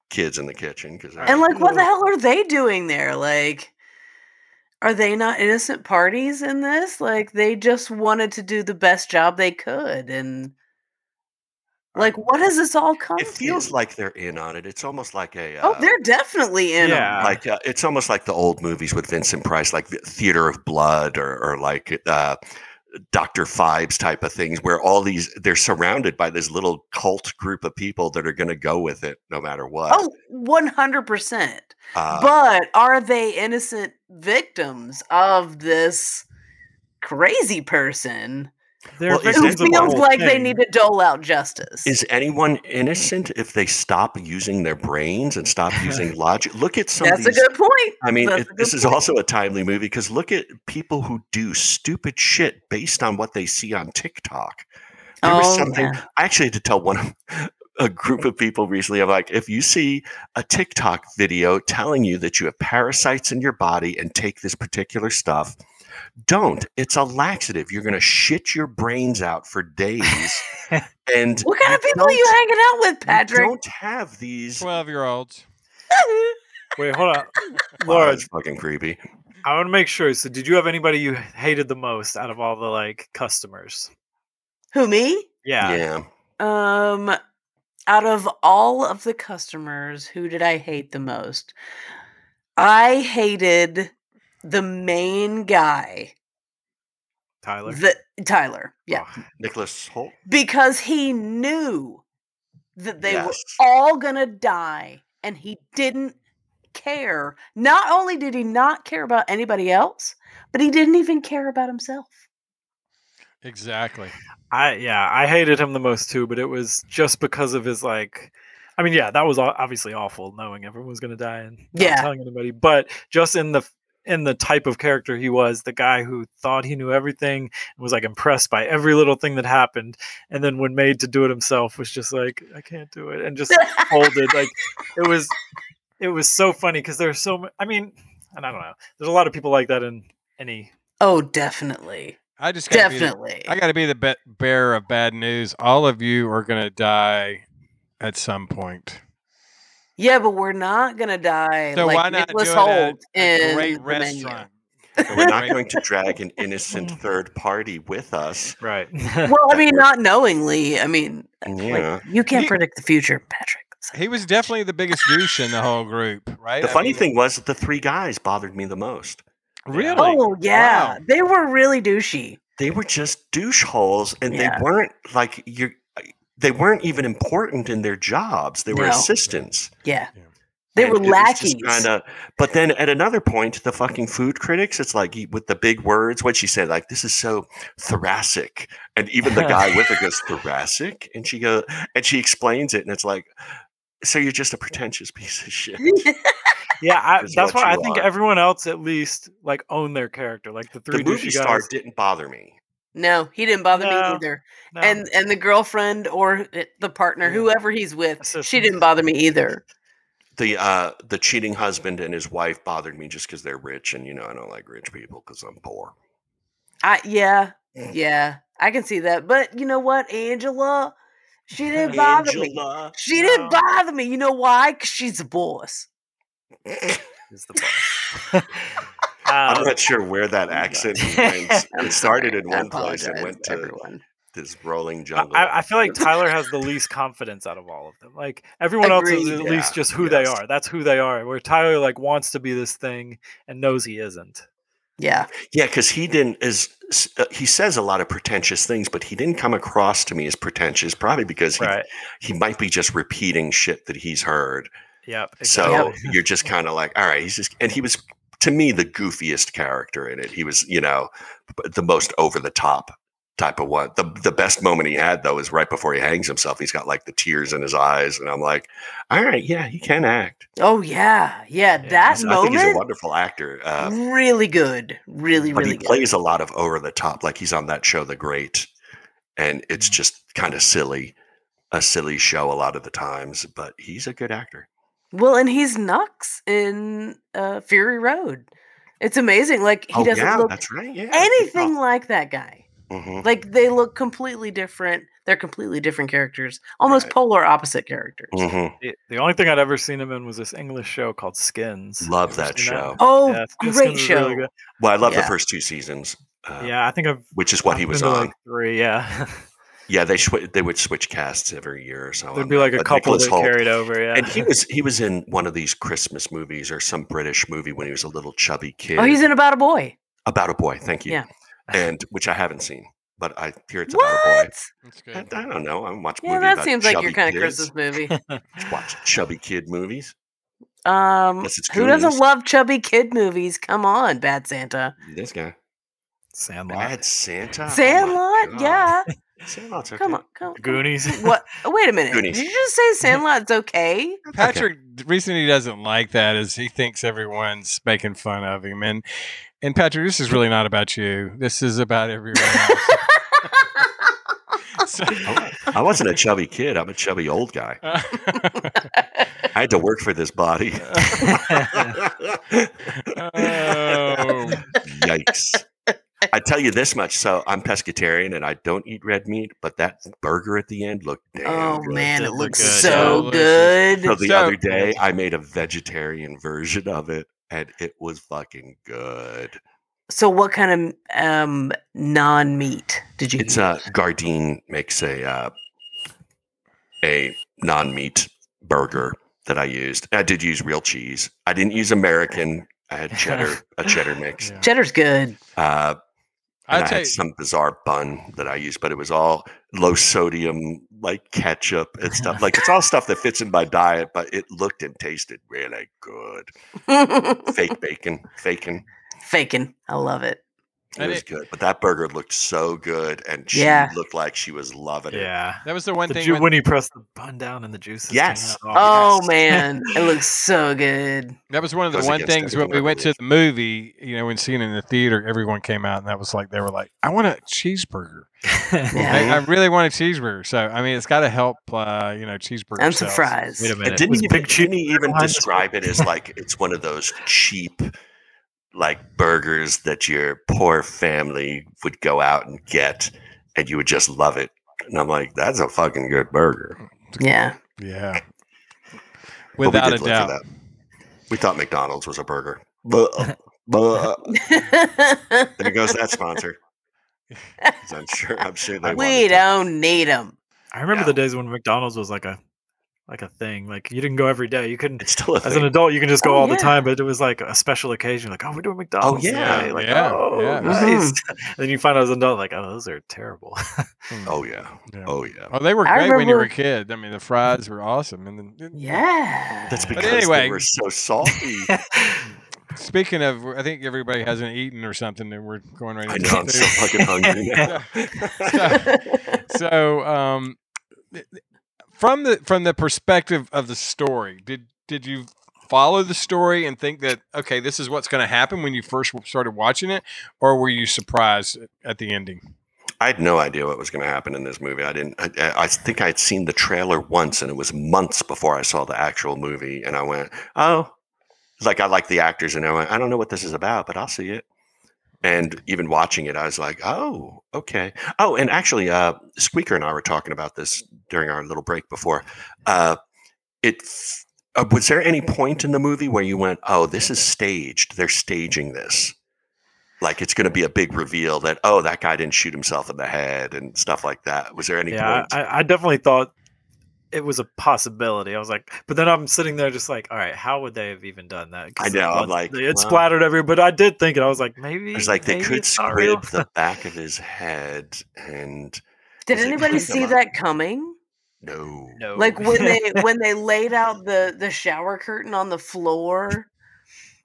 S5: kids in the kitchen. Because
S6: And like, what the hell are they doing there? Like, are they not innocent parties in this? Like, they just wanted to do the best job they could, and like, what does this all come?
S5: it feels
S6: to?
S5: like they're in on it. It's almost like a uh,
S6: oh, they're definitely in. Yeah.
S7: yeah,
S5: like uh, it's almost like the old movies with Vincent Price, like the Theater of Blood or or like uh, Doctor Fibes type of things, where all these they're surrounded by this little cult group of people that are going to go with it no matter what.
S6: Oh, one hundred percent.
S5: Uh,
S6: But are they innocent victims of this crazy person
S7: they're
S5: well, it
S6: who
S7: victims of the
S6: feels
S7: whole
S6: like they
S7: thing.
S6: need to dole out justice?
S5: Is anyone innocent if they stop using their brains and stop using logic? Look at some
S6: That's
S5: of
S6: a
S5: these.
S6: good point.
S5: I mean,
S6: That's
S5: it,
S6: a good
S5: this is
S6: point.
S5: also a timely movie because look at people who do stupid shit based on what they see on TikTok. There was
S6: Oh,
S5: something
S6: yeah.
S5: I actually had to tell one of a group of people recently. I'm like, if you see a TikTok video telling you that you have parasites in your body and take this particular stuff, don't. It's a laxative. You're going to shit your brains out for days. and
S6: What kind
S5: you
S6: of people are you
S5: don't-
S6: hanging out with,
S5: you
S6: Patrick?
S5: don't have these. Wow,
S1: 12 year olds.
S7: Wait, hold on, Laura.
S5: that's fucking creepy.
S7: I want to make sure. So, did you have anybody you hated the most out of all the like customers?
S6: Who me?
S7: Yeah,
S5: yeah.
S6: Um, out of all of the customers, who did I hate the most? I hated the main guy,
S7: Tyler.
S6: the Tyler. Yeah,
S7: Oh,
S5: Nicholas Holt.
S6: because he knew that they were
S5: Yes.
S6: all gonna die, and he didn't care. Not only did he not care about anybody else, but he didn't even care about himself.
S1: Exactly.
S7: I yeah, I hated him the most too, but it was just because of his like. I mean, yeah, that was o- obviously awful, knowing everyone was going to die and not
S6: Yeah.
S7: telling anybody. But just in the in the type of character he was, the guy who thought he knew everything and was like impressed by every little thing that happened, and then when made to do it himself, was just like, I can't do it, and just folded. Like it was, it was so funny because there's so. ma- I mean, and I don't know. There's a lot of people like that in any.
S6: oh, definitely,
S1: I just gotta be the-
S6: definitely.
S1: I got to be the be- bearer of bad news. All of you are going to die at some point.
S6: Yeah, but we're not gonna die
S1: So
S6: like
S1: why not
S6: Nicholas
S1: do it at
S6: Holt
S1: a
S6: in
S1: great
S6: the menu.
S1: restaurant?
S5: And we're not
S1: Right.
S5: going to drag an innocent third party with us.
S7: Right.
S6: Well, I mean, not knowingly. I mean,
S5: Yeah.
S6: like, you can't
S1: You-
S6: predict the future, Patrick. So-
S1: He was definitely the biggest douche in the whole group, right?
S5: The
S1: I
S5: funny
S1: mean,
S5: thing was that the three guys bothered me the most.
S1: really,
S6: Oh yeah,
S1: Wow.
S6: they were really douchey.
S5: They were just douche holes and
S6: Yeah.
S5: they weren't like you they weren't even important in their jobs. They were
S6: No.
S5: assistants.
S6: Yeah, they were lackeys.
S5: Kind of, but then at another point, the fucking food critics. It's like he- with the big words. What she said, like this is so thoracic, and even the guy with it goes thoracic, and she goes and she explains it, and it's like, so you're just a pretentious piece of shit.
S7: Yeah, I,
S5: is
S7: that's
S5: what
S7: why I
S5: you
S7: think
S5: are.
S7: everyone else at least like own their character. Like the three
S5: the movie
S7: douchey
S5: star
S7: guys.
S5: didn't bother me.
S6: no, he didn't bother
S7: No,
S6: me either.
S7: No.
S6: And
S5: Oh.
S6: and the girlfriend or it- the partner,
S7: Yeah.
S6: whoever he's with, she
S7: Assistant.
S6: didn't bother me either.
S5: The uh, the cheating husband and his wife bothered me just because they're rich, and you know I don't like rich people because I'm poor.
S6: I yeah
S5: Mm.
S6: yeah I can see that. But you know what, Angela, she didn't bother me.
S5: Angela.
S6: She didn't
S7: No.
S6: bother me. You know why? Because she's a boss.
S7: is the boss. Um,
S5: I'm not sure where that accent went.
S6: I'm
S5: It started
S6: sorry.
S5: in
S6: I
S5: one place and
S6: apologize,
S5: went to
S6: everyone.
S5: this rolling
S7: I,
S5: jungle.
S7: I- I feel like Tyler has the least confidence out of all of them. Like everyone else is
S6: Agreed.
S7: at least
S5: Yeah,
S7: just who they
S5: yes.
S7: are. That's who they are. Where Tyler like wants to be this thing and knows he isn't.
S6: Yeah.
S5: Yeah, because he didn't is s- uh, he says a lot of pretentious things, but he didn't come across to me as pretentious. Probably because he,
S7: Right.
S5: he might be just repeating shit that he's heard.
S7: Yep.
S5: So
S7: exactly.
S5: you're just kind of like, all right, he's just and he was to me the goofiest character in it. He was, you know, b- the most over the top type of one. The the best moment he had though is right before he hangs himself. He's got like the tears in his eyes, and I'm like, all right, yeah, he can act.
S6: Oh yeah, yeah.
S7: Yeah,
S6: that
S5: He's- I think he's a
S6: moment,
S5: wonderful actor. Uh,
S6: really good, really,
S5: but
S6: really
S5: he
S6: good.
S5: plays a lot of over the top like he's on that show the great and it's just kind of silly a silly show a lot of the times but he's a good actor
S6: Well, and he's Nux in uh, Fury Road. It's amazing. Like he
S5: oh
S6: doesn't
S5: yeah
S6: look
S5: that's right yeah
S6: anything like that guy.
S5: Mhm.
S6: Like they look completely different. They're completely different characters, almost
S5: Right.
S6: polar opposite characters.
S5: Mhm.
S7: The, the only thing I'd ever seen him in was this English show called Skins.
S5: love
S7: Ever
S5: that
S7: seen
S5: show
S6: Oh,
S7: Yeah, Skins
S6: great
S7: is
S6: show!
S7: really good.
S5: well i love the
S6: Yeah.
S5: first two seasons uh,
S7: yeah, I think I've
S5: which is what
S7: I've
S5: he
S7: been
S5: was
S7: to,
S5: on
S7: like, three, yeah.
S5: yeah they sw- they would switch casts every year or so
S7: There'd
S5: on
S7: be
S5: that,
S7: like a
S5: but
S7: couple
S5: Nicholas
S7: that
S5: Hoult-
S7: carried over, yeah.
S5: and he was he was in one of these christmas movies or some british movie when he was a little chubby kid
S6: Oh, he's in About a Boy.
S5: about a boy thank you
S6: Yeah.
S5: and which i haven't seen but i hear it's about a boy
S6: What?
S1: That's
S5: I,
S1: good.
S5: I don't know. I watch
S6: Yeah,
S5: movies
S6: that
S5: about
S6: seems like your
S5: chubby
S6: kind of
S5: kids.
S6: Christmas movie.
S5: Watch chubby kid movies.
S6: Um,
S5: Unless it's
S6: who doesn't
S5: Goonies.
S6: love chubby kid movies? Come on, Bad Santa,
S5: This guy.
S7: Sandlot.
S5: Bad Santa. Oh my
S6: Sandlot.
S5: God.
S6: yeah,
S5: Sandlot's okay.
S6: come on, come come on.
S7: Goonies.
S6: What? Oh, wait a minute.
S5: Goonies.
S6: Did you just say Sandlot's okay?
S5: That's okay.
S1: Patrick, the reason he doesn't like that is he thinks everyone's making fun of him. And and Patrick, this is really not about you. This is about everyone else. So-
S5: Oh, I wa- I wasn't a chubby kid. I'm a chubby old guy.
S6: Oh,
S5: I had to work for this body.
S1: oh,
S5: Yikes. I tell you this much. So I'm pescatarian and I don't eat red meat, but that burger at the end looked damn
S6: oh
S5: good.
S6: man,
S7: did
S6: it
S7: look
S6: looks
S7: good.
S6: so
S1: Yeah,
S6: good.
S5: So the
S1: So-
S5: other day, I made a vegetarian version of it, and it was fucking good.
S6: So, what kind of um non meat did you?
S5: It's
S6: eat?
S5: uh, Gardein makes a uh, a non meat burger that I used. I did use real cheese. I didn't use American. I had cheddar, a cheddar mix.
S1: yeah.
S6: Cheddar's good.
S5: Uh, and
S1: I'll
S5: I
S1: tell you,
S5: had some bizarre bun that I used, but it was all low sodium, like ketchup and stuff. Like it's all stuff that fits in my diet, but it looked and tasted really good. Fake bacon, faking.
S6: Faking. I love it.
S5: It
S1: And
S5: was
S1: it-
S5: good, but that burger looked so good, and she
S6: Yeah.
S5: looked like she was loving it.
S7: yeah.
S1: that was the one
S7: The
S1: thing.
S7: ju-
S1: when-
S7: when he pressed the bun down and the juices. came
S5: Yes.
S7: out.
S6: Oh
S5: Yes.
S6: man, it looks so good.
S1: that was one of the
S5: goes
S1: one
S5: against
S1: things when
S5: everything
S1: we
S5: I
S1: went to
S5: believe.
S1: the movie. You know, when seeing it in the theater, everyone came out and that was like they were like, "I want a cheeseburger.
S6: Yeah.
S1: I, I really want a cheeseburger." So I mean, it's got to help. Uh, you know, cheeseburger
S6: And some
S1: sales.
S6: fries.
S7: Wait a minute.
S5: And didn't
S7: was
S5: he,
S7: Big Cheese
S5: didn't he even
S7: behind this
S5: describe it as like it's one of those cheap, like burgers that your poor family would go out and get, and you would just love it. And I'm like, that's a fucking good burger.
S6: Yeah.
S1: Yeah,
S5: But we
S1: without a
S5: did live for
S1: doubt.
S5: We thought McDonald's was a burger. But, but there goes that sponsor. 'Cause I'm sure. I'm sure they.
S6: we
S5: wanted to-
S6: don't need them.
S7: I remember
S5: Yeah.
S7: the days when McDonald's was like a like a thing. Like you didn't go every day. You couldn't
S5: It's still a
S7: as an
S5: thing.
S7: adult you can just go
S6: Oh,
S7: all
S6: yeah.
S7: the time, but it was like a special occasion, like, oh we're doing McDonald's.
S5: yeah, Mm-hmm.
S7: today," Like,
S1: yeah,
S7: oh
S1: yeah.
S7: nice. and then you find out as an adult, like, oh, those are terrible.
S5: Oh yeah.
S1: Mm, Yeah.
S5: Oh yeah.
S1: Oh, they were
S6: I
S1: great when you were a
S6: remember-
S1: kid. I mean, the fries were awesome. And then,
S6: Yeah.
S5: That's
S1: But
S5: because
S1: anyway-
S5: they were so salty.
S1: Speaking of, I think everybody hasn't eaten or something, and we're going right
S5: I
S1: into
S5: know I'm so
S1: food.
S5: fucking hungry now.
S1: so, um, th- th- from the from the perspective of the story, did did you follow the story and think that okay, this is what's going to happen when you first started watching it, or were you surprised at the ending?
S5: I had no idea what was going to happen in this movie. I didn't. I, I- I think I had seen the trailer once, and it was months before I saw the actual movie. And I went, "Oh, like I like the actors," and I went, "I don't know what this is about, but I'll see it." And even watching it, I was like, "Oh, okay." Oh, and actually, uh, Squeaker and I were talking about this during our little break before. Uh, it f- uh, was there any point in the movie where you went, "Oh, this is staged. They're staging this." like it's going to be a big reveal that oh that guy didn't shoot himself in the head and stuff like that was there any
S7: yeah,
S5: point
S7: I, I definitely thought it was a possibility. I was like, but then I'm sitting there just like, all right, how would they have even done that? 'Cause
S5: I know, I'm
S7: once-
S5: like,
S7: it
S5: wow.
S7: splattered everywhere, but I did think it. I was like, maybe
S5: it was like they
S7: maybe
S5: could
S7: it's not real.
S5: scrib the back of his head and
S6: Did
S5: Is it
S6: anybody
S5: Kingdom
S6: see
S5: Hearts?
S6: that coming?
S5: no
S7: No.
S6: Like when they when they laid out the the shower curtain on the floor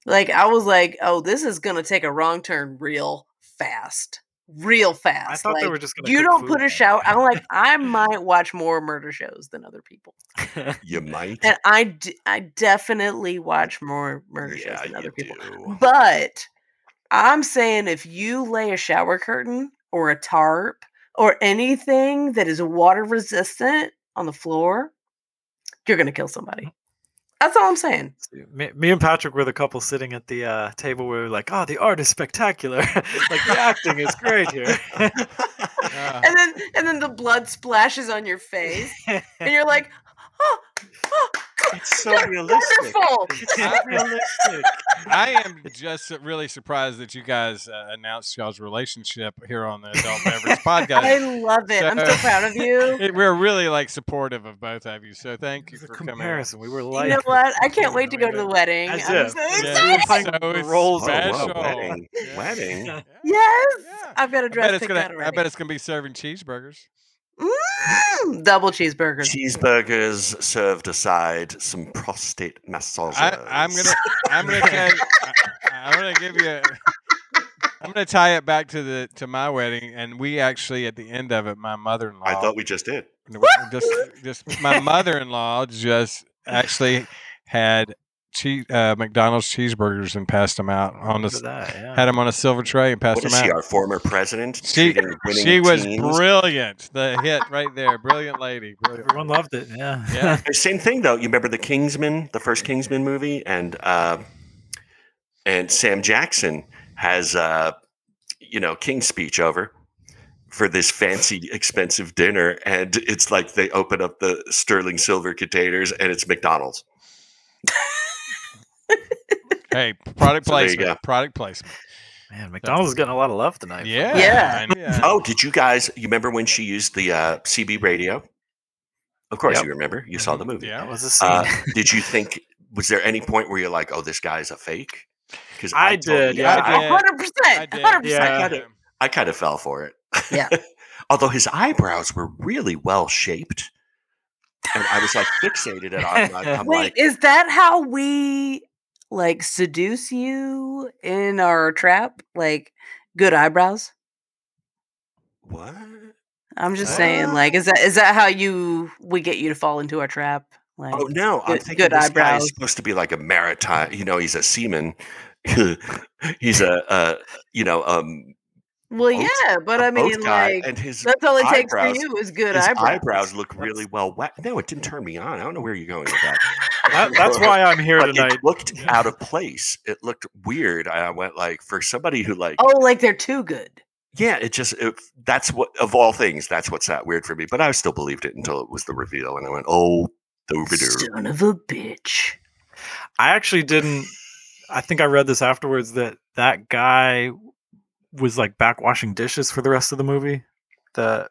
S6: Like I was like, oh, this is gonna take a wrong turn real fast, real fast.
S7: I thought
S6: like,
S7: they were just going to.
S6: you don't put a shout. I'm like, I might watch more murder shows than other people,
S5: You might.
S6: and I, d- I definitely watch more murder shows
S5: Yeah,
S6: than other
S5: you
S6: people.
S5: do.
S6: But I'm saying if you lay a shower curtain or a tarp or anything that is water resistant on the floor, you're going to kill
S5: Mm-hmm.
S6: somebody. That's all I'm saying.
S7: me, me and Patrick were the couple sitting at the uh, table where we were like, "Oh, the art is spectacular! like the acting is great here."
S5: Oh,
S1: Uh,
S6: And then and then the blood splashes on your face and you're like, "Oh, oh,
S5: It's so
S6: they're
S5: realistic.
S6: wonderful."
S7: It's not realistic.
S1: I am just really surprised that you guys uh, announced y'all's relationship here on the Adult Beverage Podcast.
S6: I love it. I'm so
S1: So-
S6: proud of you.
S1: It- we're really like supportive of both of you, so thank you
S7: It's a
S1: for coming. out.
S7: comparison. We were
S6: You
S7: like,
S6: know what? I can't wait to go to the
S7: That's
S6: wedding.
S7: it.
S6: I'm so
S7: Yeah.
S6: excited.
S7: We were playing
S1: So
S7: roles.
S5: Oh,
S1: special.
S5: wow, wedding.
S1: Yeah.
S5: Wedding.
S1: Yeah.
S6: Yes.
S1: Yeah.
S6: I've got a
S1: I
S6: dress
S1: bet, it's
S6: picked out
S1: gonna, I
S6: already.
S1: bet it's gonna be serving cheeseburgers.
S6: Mm, double cheeseburgers.
S5: Cheeseburgers served aside, some prostate massages.
S1: I, I'm gonna, I'm gonna, tell you, I, am gonna give you. A, I'm gonna tie it back to the to my wedding, and we actually at the end of it, my mother-in-law.
S5: I thought we just did.
S1: And we- just, just my mother-in-law just actually had che- uh, McDonald's cheeseburgers and passed them out on
S7: Remember
S1: the s-
S7: that, yeah.
S1: had them on a silver tray and passed
S5: What is
S1: them
S5: she,
S1: out.
S5: our former president?
S1: She
S5: Cheating, winning
S1: she was
S5: teams?
S1: brilliant. The hit right there, brilliant lady. Brilliant.
S7: Everyone loved it. Yeah.
S1: Yeah.
S5: Uh, Same thing though. You remember the Kingsman, the first Kingsman movie, and uh, and Sam Jackson has uh, you know King's speech over for this fancy, expensive dinner, and it's like they open up the sterling silver containers, and it's McDonald's.
S1: Hey, product
S5: So there you
S1: placement.
S5: go.
S1: Product placement.
S7: Man, McDonald's is getting a lot of love tonight.
S1: Yeah.
S6: Yeah.
S1: I- yeah.
S5: Oh, did you guys? You remember when she used the uh, CB radio? Of course,
S7: Yep. Mm-hmm.
S5: you remember. You saw the movie.
S1: Yeah.
S7: That was a scene.
S5: Uh, did you think? Was there any point where you're like, "Oh, this guy's a fake"? Because
S7: I did, yeah,
S1: I did.
S6: hundred
S1: I
S6: percent.
S1: did.
S6: hundred
S7: Yeah.
S6: percent.
S5: I got it. I kind of fell for it.
S6: Yeah.
S5: Although his eyebrows were really well shaped. And I was like fixated and I'm, like, I'm
S6: Wait,
S5: like,
S6: is that how we like seduce you in our trap? Like good eyebrows?
S5: what?
S6: I'm just
S5: Uh,
S6: saying, like, is that is that how you we get you to fall into our trap? Like
S5: Oh no, I'm
S6: Good-
S5: thinking
S6: good
S5: this guy
S6: eyebrows.
S5: is supposed to be like a maritime, you know, he's a seaman. he's a, a, you know, um,
S6: Well
S5: boat-
S6: yeah, but
S5: a
S6: I mean
S5: boat guy,
S6: like
S5: uh, and his,
S6: that's all it takes for
S5: eyebrows-
S6: you is good
S5: his
S6: eyebrows.
S5: eyebrows. look really well wet. No, it didn't turn me on. I don't know where you're going with that.
S7: That- that's why I'm here
S5: But
S7: tonight.
S5: it looked out of place. It looked weird. I went like, for somebody who like,
S6: Oh, like they're too good.
S5: yeah, it just it, that's what of all things that's what's that weird for me. But I still believed it until it was the reveal, and I went, "Oh, doobadoo."
S6: Son of a bitch.
S7: I actually didn't. I think I read this afterwards that that guy was like back washing dishes for the rest of the movie. The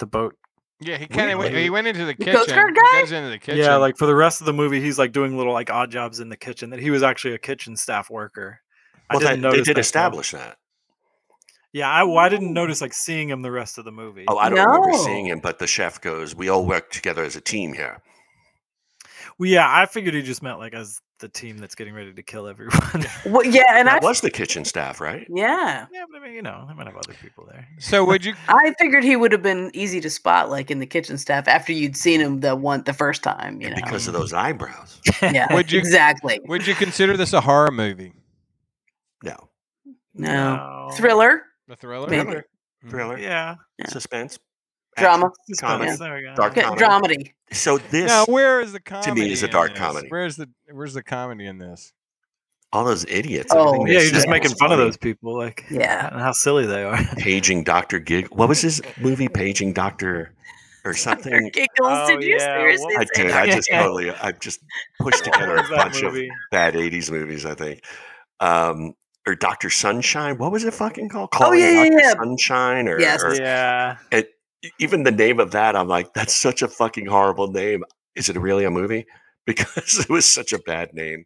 S7: the boat.
S1: Yeah, he kind of went,
S7: Really?
S1: he went into the
S6: The
S1: kitchen.
S6: Coast Guard guy?
S1: He goes into the kitchen.
S7: Yeah, like for the rest of the movie, he's like doing little like odd jobs in the kitchen. That he was actually a kitchen staff worker.
S5: Well,
S7: I didn't
S5: that, they
S7: notice
S5: did
S7: that, though.
S5: establish that.
S7: Yeah, I, well, I didn't notice like seeing him the rest of the movie.
S5: Oh, I don't remember
S6: No.
S5: seeing him, but the chef goes, "We all work together as a team here."
S7: Well, yeah, I figured he just meant like as the team that's getting ready to kill everyone.
S6: Well, yeah, and I
S5: that was the kitchen staff, right?
S6: yeah.
S7: yeah, but I mean, you know, they might have other people there.
S1: so would you?
S6: I figured he would have been easy to spot, like in the kitchen staff, after you'd seen him the one the first time. You know,
S5: Because of those eyebrows.
S6: yeah,
S1: Would you-
S6: exactly.
S1: Would you consider this a horror movie?
S5: No
S6: No,
S7: No.
S6: thriller,
S1: A thriller?
S6: Maybe.
S5: thriller,
S1: Mhm.
S5: thriller,
S7: Yeah.
S6: Yeah.
S5: suspense,
S6: drama,
S5: Comedy.
S7: Suspense, there we go.
S5: Dark
S6: G-
S5: comedy.
S6: dramedy.
S5: action. So this,
S1: Now, where is the comedy?
S5: to me, is a
S1: in
S5: dark
S1: this?
S5: comedy.
S1: Where's the Where's the comedy in this?
S5: all those idiots.
S6: Oh.
S5: everything they
S7: Yeah, you're just
S5: said
S7: making
S5: was
S7: fun of
S5: funny.
S7: those people, like
S6: Yeah.
S7: and how silly they are.
S5: Paging Doctor Gig. What was his movie? Paging Doctor or
S6: Or
S5: something.
S6: giggles.
S7: Oh,
S6: Did you
S7: yeah,
S6: seriously
S7: what-
S5: I
S6: say
S5: did.
S6: that?
S5: I just
S7: Yeah.
S5: totally. I just pushed together
S7: What
S5: a
S7: was that
S5: bunch
S7: movie?
S5: of bad '80s movies. I think, um, or Doctor Sunshine. What was it fucking called?
S6: Oh, yeah, yeah,
S5: Dr.
S6: yeah.
S5: Sunshine. Or,
S6: Yes.
S5: or
S7: Yeah,
S5: even the name of that. I'm like, that's such a fucking horrible name. Is it really a movie? Because it was such a bad name.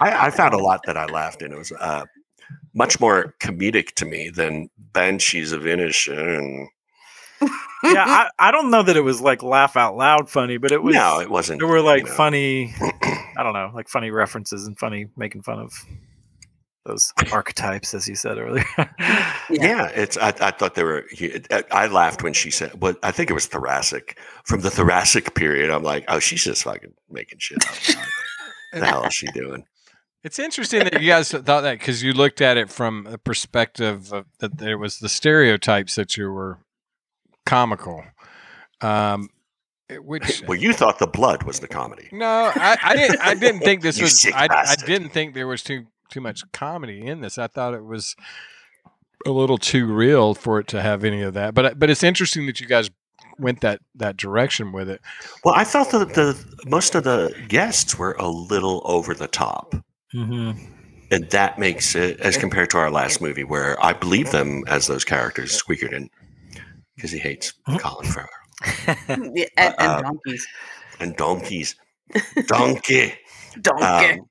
S5: I, I found a lot that I laughed in. It was uh, much more comedic to me than Banshees of Inisherin.
S7: yeah. I, I don't know that it was like laugh out loud funny, but it was.
S5: No, it wasn't.
S7: there were
S5: you
S7: like
S5: know.
S7: funny. I don't know, like funny references and funny making fun of those archetypes, as you said earlier.
S5: Yeah, it's. I, I thought they were. he- I- I laughed when she said, "Well, I think it was thoracic from the thoracic period." I'm like, "Oh, she's just fucking making shit up." the hell is she doing?
S1: It's interesting that you guys thought that because you looked at it from a perspective of, that there was the stereotypes that you were comical. Um, it- which
S5: Well, you thought the blood was the comedy.
S1: no, I, I didn't. I didn't think this
S5: You
S1: was.
S5: sick
S1: I, I
S5: bastard.
S1: didn't think there was too too much comedy in this. I thought it was a little too real for it to have any of that. But but it's interesting that you guys went that that direction with it.
S5: Well, I felt that the most of the guests were a little over the top,
S7: Mhm.
S5: and that makes it as compared to our last movie, where I believe them as those characters. Squeaker didn't because he hates Colin Farrell
S6: Yeah, and, and
S5: Uh,
S6: donkeys.
S5: and donkeys. Donkey.
S6: Donkey.
S5: Um,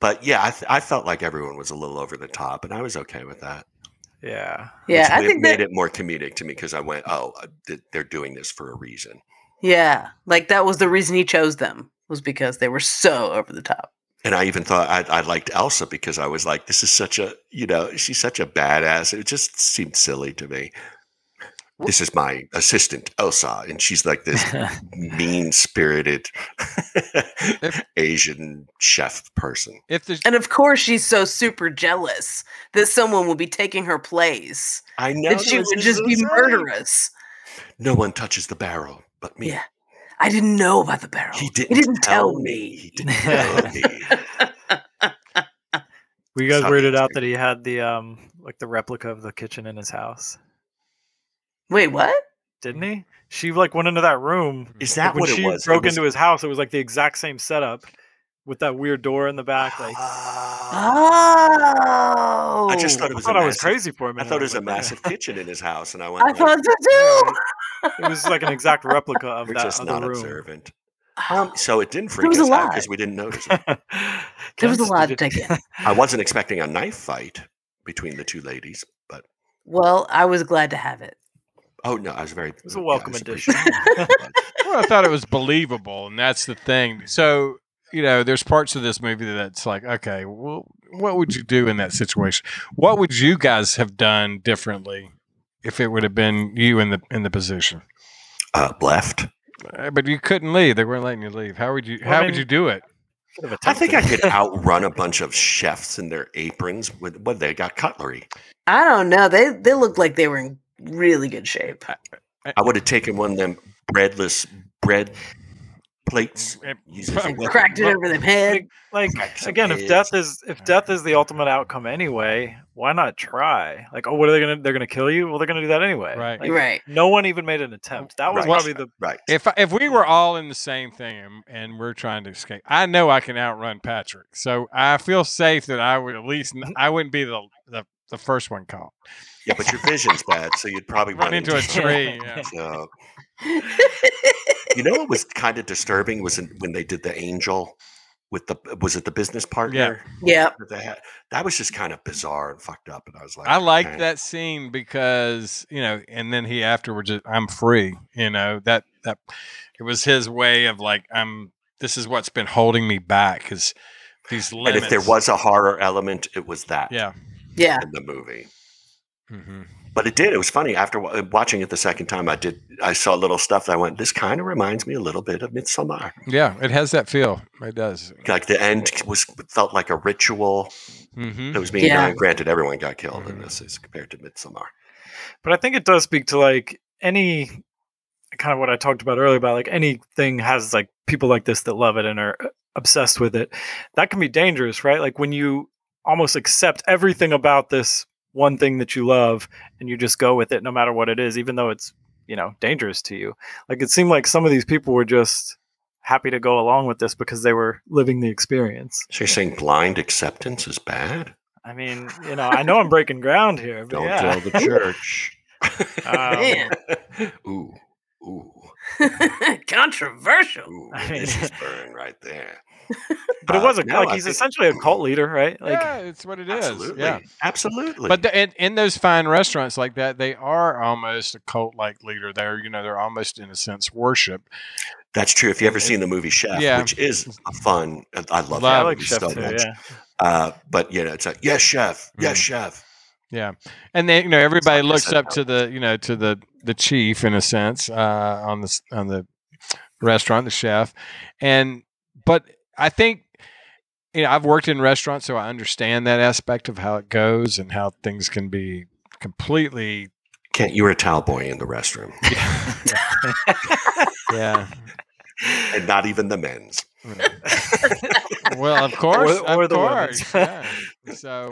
S5: but yeah, I, th- I felt like everyone was a little over the top, and I was okay with that.
S7: yeah.
S6: yeah,
S5: Which
S6: I
S5: ma-
S6: think
S5: made
S6: that.
S5: it more comedic to me because I went, "Oh, uh, th- they're doing this for a reason,"
S6: Yeah, like that was the reason he chose them was because they were so over the top.
S5: and I even thought I, I liked Elsa because I was like, "This is such a you know she's such a badass." It just seemed silly to me. This is my assistant Elsa, and she's like this mean spirited Asian chef person.
S1: If there's
S6: And of course, she's so super jealous that someone will be taking her place.
S5: I know
S6: That she
S5: this
S6: would
S5: is
S6: just be
S5: insane.
S6: murderous.
S5: No one touches the barrel but me.
S6: Yeah. I didn't know about the barrel.
S5: He didn't, tell, me. He didn't tell me.
S7: Were you guys
S5: Suck
S7: weirded
S5: it,
S7: out
S5: dude.
S7: that he had the um like the replica of the kitchen in his house?
S6: Wait, what?
S7: Didn't he? She like went into that room.
S5: Is that
S7: when
S5: what
S7: she
S5: it was?
S7: broke
S5: it was,
S7: into his house, it was like the exact same setup with that weird door in the back. Like
S6: Oh,
S5: Ah, I just thought it
S7: I
S5: was.
S7: thought
S5: a
S7: I was
S5: massive-
S7: crazy for a
S5: I
S7: minute.
S5: thought it was a
S7: like, "Yeah."
S5: massive kitchen in his house, and I went.
S6: I
S5: like,
S6: thought so too.
S7: It was like an exact replica of
S5: We're
S7: that
S5: just
S7: other
S5: not
S7: room.
S5: observant. Um, so it didn't freak
S6: was a
S5: us out
S6: lot.
S5: because we didn't notice. it.
S6: There was a
S7: Yes,
S6: lot to
S7: did-
S6: take in.
S5: I wasn't expecting a knife fight between the two ladies, but
S6: Well, I was glad to have it.
S5: oh no, I was very. It
S7: was a welcome addition.
S1: well, I thought it was believable, and that's the thing. So, you know, there's parts of this movie that's like, okay, well, what would you do in that situation? What would you guys have done differently if it would have been you in the in the position?
S5: uh, left.
S1: Uh, But you couldn't leave; they weren't letting you leave. How would you?
S7: Well, I
S1: How would
S7: mean-
S1: you do it?
S7: Could have
S5: I think I
S7: attempted.
S5: could outrun a bunch of chefs in their aprons with what they got cutlery.
S6: I don't know. They they looked like they were in really good shape.
S5: I would have taken one of them breadless bread plates. Use it as a
S1: Well,
S5: weapon.
S6: Cracked it
S1: well,
S6: over their head.
S7: like
S5: Crack some
S7: again
S5: eggs.
S7: if death is if death is the ultimate outcome anyway why not try like oh what are they gonna they're gonna kill you well they're gonna do that anyway
S1: Right.
S7: Like,
S6: right.
S7: no one even made an attempt that was
S5: Right.
S7: probably the
S5: Right.
S1: If I- if we were all in the same thing and, and we're trying to escape, I know I can outrun Patrick, so I feel safe that I would at least n- I wouldn't be the the, the first one caught.
S5: Yeah, but your vision's bad, so you'd probably
S1: Run into a tree.
S5: something.
S1: yeah.
S5: So, you know what was kind of disturbing was in, when they did the angel with the was it the business partner?
S6: yep.
S5: That, they had? that was just kind of bizarre and fucked up, and I was like,
S1: I liked
S5: okay.
S1: that scene because you know, and then he afterwards, uh, I'm free. You know that that it was his way of like, I'm. This is what's been holding me back is these
S5: And
S1: limits.
S5: if there was a horror element, it was that
S1: yeah,
S6: Yeah.
S5: in the movie.
S1: hmm
S5: But it did. It was funny. After wa- watching it the second time, I did. I saw little stuff that I went. This kind of reminds me a little bit of Midsommar.
S1: yeah, it has that feel. It does.
S5: Like the end was felt like a ritual
S1: hmm
S5: that was being
S6: Yeah.
S5: done. Granted, everyone got killed in
S1: Mhm.
S5: this, as compared to Midsommar.
S7: but i think it does speak to like any kind of what i talked about earlier about like anything has like people like this that love it and are uh, obsessed with it that can be dangerous right like when you almost accept everything about this one thing that you love and you just go with it no matter what it is even though it's you know dangerous to you like it seemed like some of these people were just happy to go along with this because they were living the experience
S5: So you're saying blind acceptance is bad?
S7: i mean you know i know i'm breaking ground here but
S5: Don't
S7: yeah.
S5: tell the church.
S7: Um,
S5: ooh, ooh,
S6: Controversial.
S5: ooh.
S7: I mean-
S5: this is burn right there.
S7: but it
S5: Uh,
S7: was a
S5: no,
S7: like
S5: I
S7: he's
S5: think-
S7: essentially a cult leader right like
S1: yeah, it's what it is.
S5: absolutely.
S1: Yeah,
S5: Absolutely.
S1: but the, in, in those fine restaurants like that, they are almost a cult like leader. They're you know they're almost in a sense worshipped.
S5: That's true. If you ever seen the movie Chef,
S1: Yeah.
S5: which is a fun, uh, I love
S1: Love
S5: that
S7: I like
S5: movie
S7: Chef
S5: so
S7: too.
S5: much.
S7: Yeah. Mm.
S5: Uh, but you know, it's like yes, chef, yes, chef.
S1: Yeah, and then you know everybody
S5: It's
S1: looks
S5: not
S1: up to the you know to the the chief in a sense uh, on the s- on the restaurant, the chef, and but I think you know I've worked in restaurants, so I understand that aspect of how it goes and how things can be completely
S5: Kent, you were a towel boy in the restroom,
S1: yeah.
S5: and not even the men's.
S1: well, of course,
S7: Or- or
S1: of
S7: the women's.
S1: course. yeah. So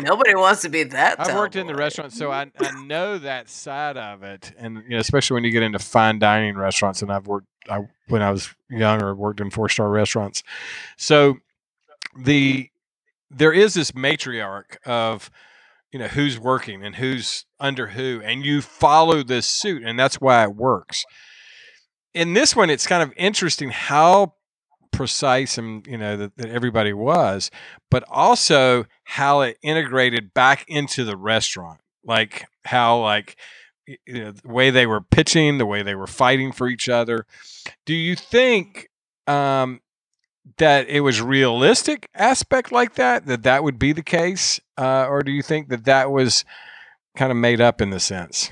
S6: Nobody wants to be that.
S1: I've worked in the
S6: tomboy.
S1: restaurant, so I, I know that side of it, and you know, especially when you get into fine dining restaurants. And I've worked I, when I was younger, worked in four star restaurants. So the there is this matriarch of you know who's working and who's under who, and you follow this suit, and that's why it works. In this one, it's kind of interesting how precise and you know that, that everybody was but also how it integrated back into the restaurant like how like y- you know, the way they were pitching the way they were fighting for each other do you think um that it was realistic aspect like that that that would be the case uh, or do you think that that was kind of made up in the sense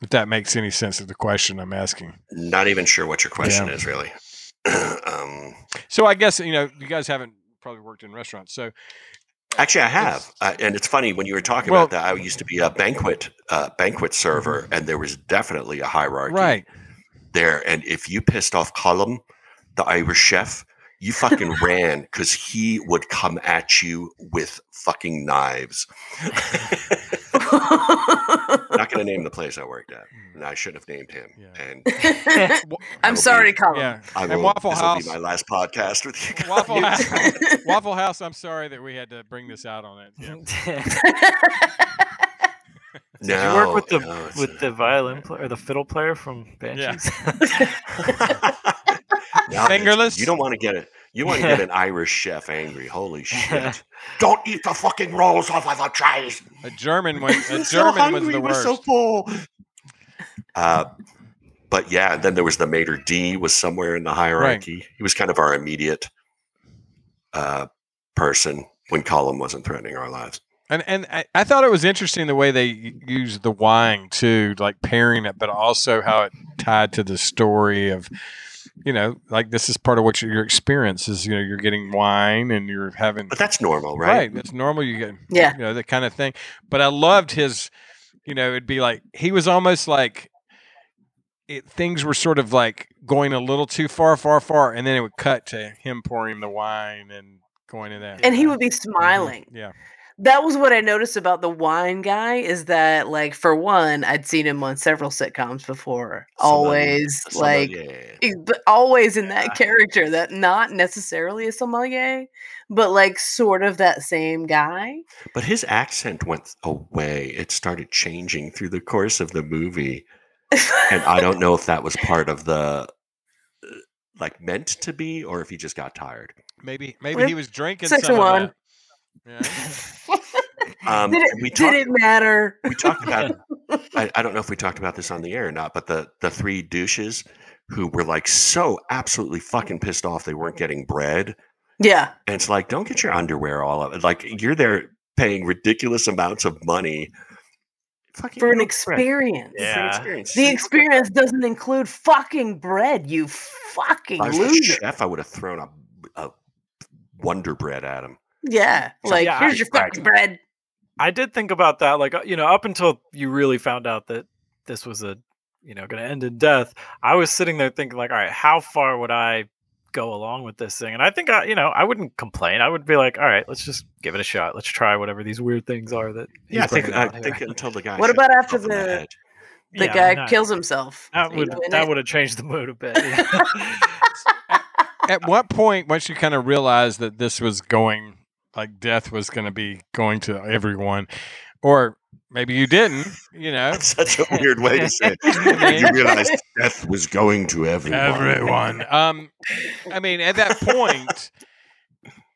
S1: if that makes any sense of the question i'm asking
S5: Not even sure what your question
S1: Yeah.
S5: is really. um,
S1: so i guess you know you guys haven't probably worked in restaurants so
S5: actually, I have, uh, and it's funny when you were talking
S1: Well- Mm-hmm.
S5: about that. I used to be a banquet uh, banquet server, and there was definitely a hierarchy
S1: right
S5: there. And if you pissed off Colum, the Irish chef, you fucking ran because he would come at you with fucking knives. Not going to name the place I worked at, and I shouldn't have named him.
S1: Yeah.
S5: And
S1: Wa-
S5: I will
S6: I'm
S5: be-
S6: sorry, Colin.
S1: yeah
S5: I will,
S1: and waffle
S5: this
S1: house
S5: will be my last podcast with you. guys.
S1: Waffle House. Waffle House. I'm sorry that we had to bring this out on it. Yeah.
S5: No,
S7: Did you work with the
S5: no, it's
S7: with the violin player or the fiddle player from Banshees?
S5: not. No, it's-
S1: Fingerless?
S5: You don't want to get it. You want to get an Irish chef angry. Holy shit! don't eat the fucking rolls off of the trays.
S1: A German was a German was the worst.
S5: full. Uh, but yeah, and then there was the Mater D was somewhere in the hierarchy. He was kind of our immediate uh, person when Colin wasn't threatening our lives.
S1: and and I, I thought it was interesting the way they y- used the wine too, like pairing it, but also how it tied to the story of, you know, like this is part of what your, your experience is. You know, you're getting wine and you're having
S5: But that's normal,
S1: right.
S5: right?
S1: That's normal. You get
S6: Yeah.
S1: you know that kind of thing. But I loved his. You know, it'd be like he was almost like it, things were sort of like going a little too far, far, far, and then it would cut to him pouring the wine and going to that.
S6: and he would be smiling.
S1: Yeah.
S6: That was what I noticed about the wine guy is that, like, for one, I'd seen him on several sitcoms before. always, like,
S5: Sommelier.
S6: ex- but always in that character that not necessarily a sommelier, but like sort of that same guy.
S5: But his accent went away. It started changing through the course of the movie. And I don't know if that was part of the uh, like meant to be or if he just got tired.
S1: Maybe maybe
S6: Well,
S1: he was drinking
S6: six
S1: some
S6: to
S1: of
S6: one.
S1: that. Yeah.
S5: Um,
S6: did, it,
S5: we
S6: did it matter?
S5: we talked about I, I don't know if we talked about this on the air or not, but the the three douches who were like so absolutely fucking pissed off they weren't getting bread.
S6: Yeah.
S5: And it's like, don't get your underwear all of it. Like you're there paying ridiculous amounts of money. Fucking
S6: For an
S5: get bread.
S6: experience.
S5: It's an
S7: Yeah.
S5: experience.
S6: The
S5: See,
S6: experience doesn't include fucking bread, you fucking
S5: If I was the
S6: loser.
S5: chef, I would have thrown a, a Wonder Bread at him.
S6: Yeah.
S7: So,
S6: Like,
S7: yeah,
S6: here's your
S5: right.
S6: fucking bread.
S7: I did think about that, like uh, you know, up until you really found out that this was a, you know, going to end in death. I was sitting there thinking, like, all right, how far would I go along with this thing? And I think I, you know, I wouldn't complain. I would be like, all right, let's just give it a shot. Let's try whatever these weird things are that. he's
S5: Yeah, I think,
S7: bringing
S5: I
S7: out here.
S5: think until the guy.
S6: What
S5: shot
S6: about
S5: himself
S6: after
S5: in the
S6: the-
S5: head.
S6: The
S7: Yeah,
S6: guy
S7: no,
S6: kills himself.
S7: That
S6: You
S7: would
S6: doing
S7: that
S6: it?
S7: would have changed the mood a bit. yeah.
S1: At what point, once you kind of realized that this was going, like death was going to be going to everyone, or maybe you didn't, you know,
S5: That's such a weird way to say. it.
S1: I mean-
S5: you realized death was going to everyone.
S1: everyone. Um, I mean, at that point,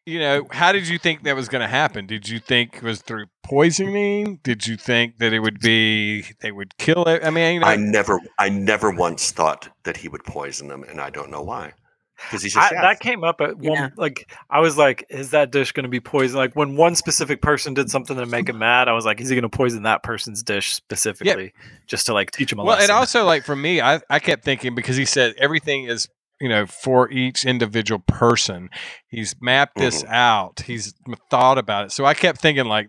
S1: you know, how did you think that was going to happen? Did you think it was through poisoning? Did you think that it would be they would kill it? I mean, you know,
S5: I never, I never once thought that he would poison them, and I don't know why. Because he's a
S7: I,
S5: chef.
S7: that came up at one
S6: Yeah.
S7: like I was like, is that dish gonna be poisoned? Like when one specific person did something to make him mad, I was like, is he gonna poison that person's dish specifically just to like teach him a
S1: well, and
S7: lesson?
S1: also like for me, I I kept thinking because he said everything is you know for each individual person. He's mapped this out. He's m- thought about it. So I kept thinking like.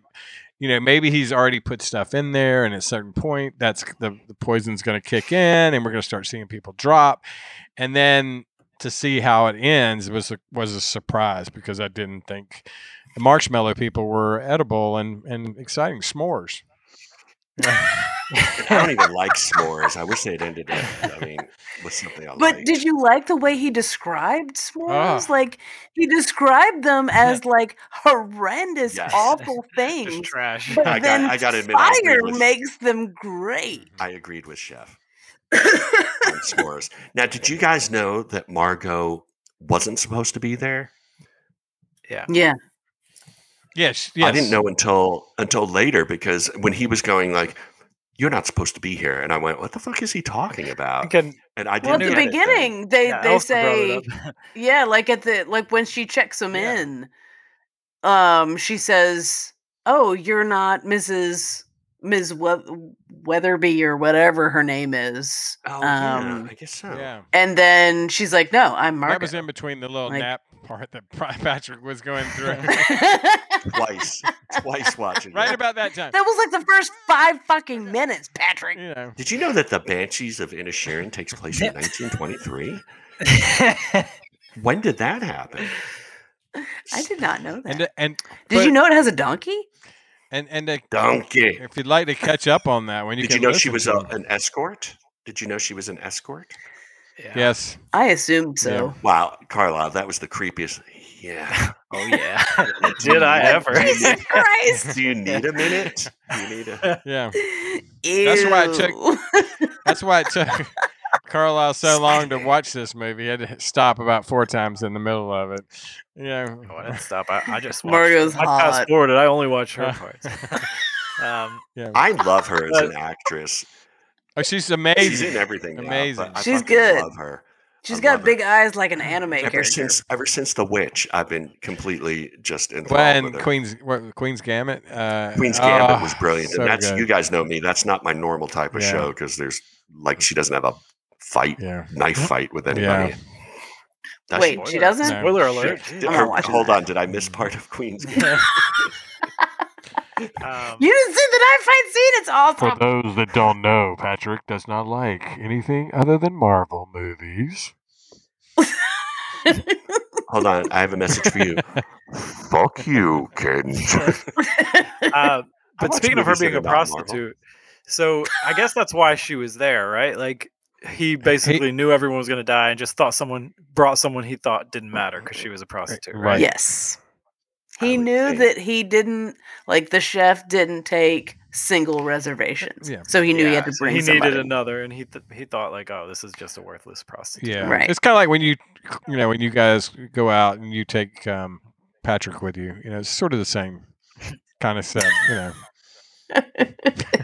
S1: You know, maybe he's already put stuff in there, and at a certain point, that's the, the poison's going to kick in, and we're going to start seeing people drop. And then to see how it ends was a, was a surprise because I didn't think the marshmallow people were edible and, and exciting s'mores.
S5: I don't even like s'mores. I wish they'd ended it. I mean, with something I
S6: But
S5: like.
S6: did you like the way he described s'mores? Like he described them as like horrendous,
S5: Yes.
S6: awful
S7: just
S6: things.
S7: trash.
S6: But
S5: I got-
S6: then
S5: I gotta admit, I agree
S6: fire
S5: with-
S6: makes them great.
S5: I agreed with Chef
S7: Mm-hmm.
S5: on s'mores. Now, did you guys know that Margot wasn't supposed to be there?
S6: yeah.
S1: Yes, yes.
S5: I didn't know until until later because when he was going like, "You're not supposed to be here," and I went, "What the fuck is he talking
S7: I
S5: about?"
S7: can-
S5: And I
S6: Well, at the
S5: didn't. get it then.
S6: beginning, they
S7: yeah,
S6: they
S7: Elsa brought
S6: say
S7: it up.
S6: Yeah, like at the like when she checks him
S1: Yeah.
S6: in, um, she says, "Oh, you're not Mrs. Ms. We- Weatherby or whatever her name is."
S5: Oh, yeah,
S6: um,
S5: I guess so.
S1: Yeah.
S6: and then she's like, "No, I'm Margot."
S1: That was in between the little
S6: Like-
S1: nap part that Pri- Patrick was going through.
S5: Twice, twice watching.
S1: right
S5: that.
S1: about that time.
S6: that was like the first five fucking minutes, Patrick.
S1: You know.
S5: Did you know that the Banshees of Inisherin takes place in 1923? When did that happen?
S6: I did not know that.
S1: And and
S6: did
S1: but-
S6: you know it has a donkey?
S1: and and uh,
S5: Donkey.
S1: if you'd like to catch up on that one, you
S5: Did
S1: can
S5: you know she
S1: listen
S5: was
S1: to
S5: a,
S1: it.
S5: an escort? Did you know she was an escort?
S7: yeah.
S1: Yes.
S6: I assumed so.
S5: Wow, Carlisle, that was the creepiest. Yeah.
S7: Oh yeah. Did I ever?
S6: Jesus Christ!
S5: Do you need a minute? Do you need a
S1: Yeah. That's why I took-
S6: Ew.
S1: That's why it took Carlisle so long to watch this movie. He had to stop about four times in the middle of it. Yeah.
S7: No, I didn't stop. I, I just watched
S6: Mario's
S7: I fast
S6: hot.
S7: forwarded. I only watch her
S1: Uh,
S7: parts. Um,
S5: I love her as an actress.
S1: Oh, she's
S5: She's
S1: amazing.
S5: in everything. now, but
S1: Amazing.
S5: I
S6: She's
S5: fucking
S6: good.
S5: Love her.
S6: She's
S5: I love
S6: got
S5: it.
S6: big eyes like an anime
S5: Ever
S6: character.
S5: since ever since The Witch, I've been completely just enthralled
S1: When
S5: with her.
S1: Queen's what, Queen's Gambit. Uh,
S5: Queen's Gambit was
S1: oh,
S5: brilliant.
S1: so
S5: and that's
S1: good.
S5: you guys know me. That's not my normal type of
S1: Yeah.
S5: show because there's like she doesn't have a fight
S1: Yeah.
S5: knife fight with anybody.
S1: Yeah.
S5: That's-
S6: Wait, she
S7: spoiler.
S6: doesn't? Oh
S1: No.
S7: spoiler
S5: shit.
S7: alert.
S5: Did-
S7: Jeez.
S6: I'm not
S5: her-
S6: watching
S5: hold
S6: that.
S5: on, did I miss part of Queen's?
S7: Um,
S6: You didn't see the knife fight scene? It's awesome.
S1: those that don't know, Patrick does not like anything other than Marvel movies.
S5: Hold on, I have a message for you. Fuck you, Ken.
S7: uh,
S5: I
S7: but
S5: watch
S7: speaking of her
S5: movies that
S7: being
S5: are
S7: a
S5: not Marvel.
S7: prostitute, so I guess that's why she was there, right? Like he basically knew everyone was going to die and just thought someone brought someone he thought didn't matter because she was a prostitute,
S1: right.
S7: right?
S6: yes.
S5: I
S6: He
S5: would
S6: knew
S5: think.
S6: that he didn't like the chef didn't take single reservations.
S1: Yeah.
S6: So he knew he
S7: Yeah,
S6: had to
S7: so
S6: bring
S7: he
S6: somebody.
S7: needed another, and he th- he thought like, oh, this is just a worthless prostitute.
S1: Yeah,
S6: Right.
S1: It's kind of like when you, you know, when you guys go out and you take um, Patrick with you. You know, it's sort of the same kind of stuff. You know,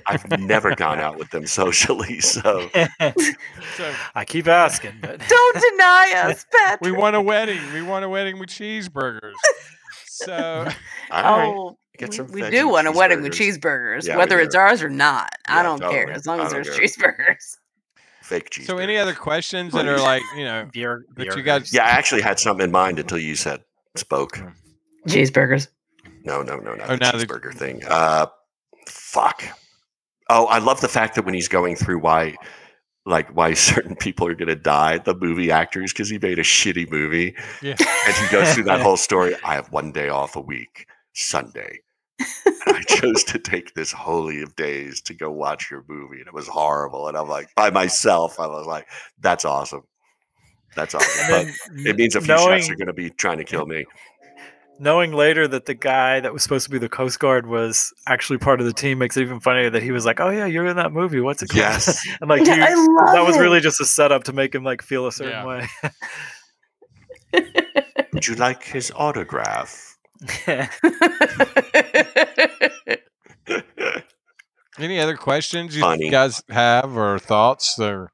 S5: I've never gone out with them socially, so
S1: so
S7: I keep asking, but
S6: Don't deny us, Patrick.
S1: we want a wedding. We want a wedding with cheeseburgers. So
S5: all right.
S6: Oh,
S5: Get
S6: we-
S5: some
S6: we,
S5: veggie
S6: do want a wedding with cheeseburgers,
S5: Yeah, we
S6: whether
S5: do.
S6: it's ours or not. I
S5: Yeah,
S6: don't care
S5: totally.
S6: as long
S5: I
S6: as
S5: don't
S6: there's
S5: care.
S6: cheeseburgers.
S5: fake cheese.
S1: so any other questions that are like, you know,
S7: Bjor-
S1: But you
S7: Bjorgers.
S1: guys-
S5: Yeah, I actually had something in mind until you said spoke.
S6: Cheeseburgers.
S5: No, no, no, not
S1: Oh,
S5: the
S1: now the-
S5: cheeseburger thing. Uh, fuck. Oh, I love the fact that when he's going through why, like why certain people are going to die, the movie actors, because he made a shitty movie,
S1: yeah,
S5: and he goes through that whole story. I have one day off a week, Sunday. And I chose to take this holy of days to go watch your movie, and it was horrible. And I'm like, by myself, I was like, that's awesome. That's awesome.
S7: And
S5: But
S7: then
S5: it means a few shots
S7: knowing
S5: are going to be trying to kill me.
S7: knowing later that the guy that was supposed to be the Coast Guard was actually part of the team makes it even funnier that he was like, "Oh yeah, you're in that movie. What's it called?"
S5: Yes.
S7: and like
S6: Yeah,
S7: he-
S6: I love
S7: that was
S6: it.
S7: really just a setup to make him like feel a certain
S1: Yeah.
S7: way.
S5: Would you like his autograph?
S1: Any other questions you
S5: Funny.
S1: guys have or thoughts or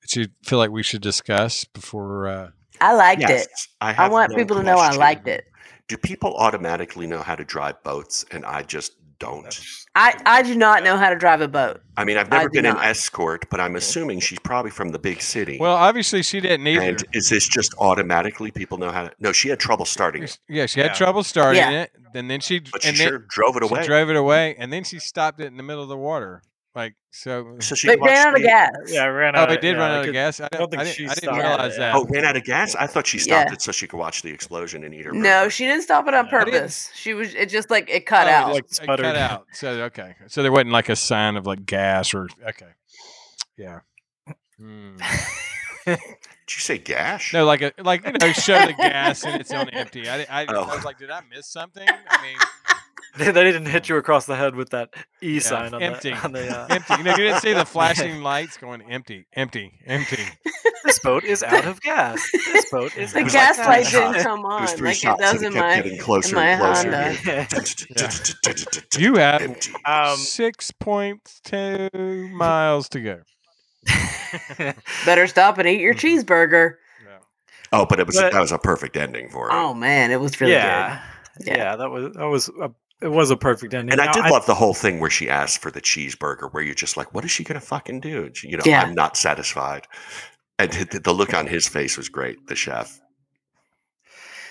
S1: that you feel like we should discuss before? Uh,
S6: I liked it.
S5: I,
S6: I
S5: have
S6: want
S5: no
S6: people to know I
S5: question.
S6: liked it.
S5: Do people automatically know how to drive boats? And I just don't.
S6: I, I do not know how to drive a boat.
S5: I mean, I've
S6: I
S5: never
S6: do
S5: been an
S6: not.
S5: escort, but I'm assuming she's probably from the big city.
S1: well, obviously she didn't either.
S5: and is this just automatically people know how to? No, she had trouble starting it,
S1: yeah, she had
S7: Yeah.
S1: trouble starting
S6: Yeah.
S1: it, and then she
S5: but she
S1: and then
S5: sure drove it
S1: she
S5: away.
S1: drove it away, and then she stopped it in the middle of the water. Like so,
S5: so she
S6: They
S5: watched
S6: ran out of
S5: the-
S6: gas.
S7: yeah, I ran
S1: oh,
S7: out.
S1: it did
S7: yeah,
S1: run
S7: I
S1: out of
S7: could-
S1: gas. I,
S7: don't
S1: don't, I, didn't,
S7: think she
S1: I
S7: stopped
S1: didn't
S7: it.
S1: realize that.
S5: Oh, ran out of gas? I thought she stopped
S6: Yeah.
S5: it so she could watch the explosion and eat her.
S6: No,
S5: burger.
S6: she didn't stop it on
S7: I
S1: didn't-
S6: purpose. She was it just like it cut
S1: Oh, it
S6: out.
S1: like, it cut
S7: Sputtered.
S1: out. So okay, so there wasn't like a sign of like gas or okay, yeah. Hmm.
S5: Did you say gash?
S1: No, like a like you know, show the gas and it's on empty. I, di- I,
S5: Oh.
S1: I was like, did I miss something? I mean,
S7: They didn't hit you across the head with that e sign on
S1: empty.
S7: the on the. Uh,
S1: empty. You know, you didn't see the flashing lights going empty, empty, empty.
S7: this boat is out of gas. This boat is
S6: the
S5: It was
S6: gas
S5: like
S6: light
S5: three
S6: didn't
S5: shots.
S6: come
S5: It
S6: on
S5: was three
S6: like it
S5: shots
S6: does
S5: and
S6: in
S5: it kept
S6: my
S5: getting closer
S6: in my
S5: and closer.
S6: Honda.
S1: You uh, have-
S5: empty.
S7: Um,
S1: Six point two miles to go.
S6: better stop and eat your
S5: Mm-hmm.
S6: cheeseburger.
S5: Oh, but it was
S7: But-
S5: that was a perfect ending for it.
S6: Oh man, it was really
S7: yeah,
S6: Yeah.
S7: yeah, that was that was a, it was a perfect ending.
S5: And I
S7: Now,
S5: did love the whole thing where she asked for the cheeseburger, where you're just like, what is she going to fucking do? And she- you know,
S6: Yeah.
S5: I'm not satisfied. And th- th- the look on his face was great, the chef.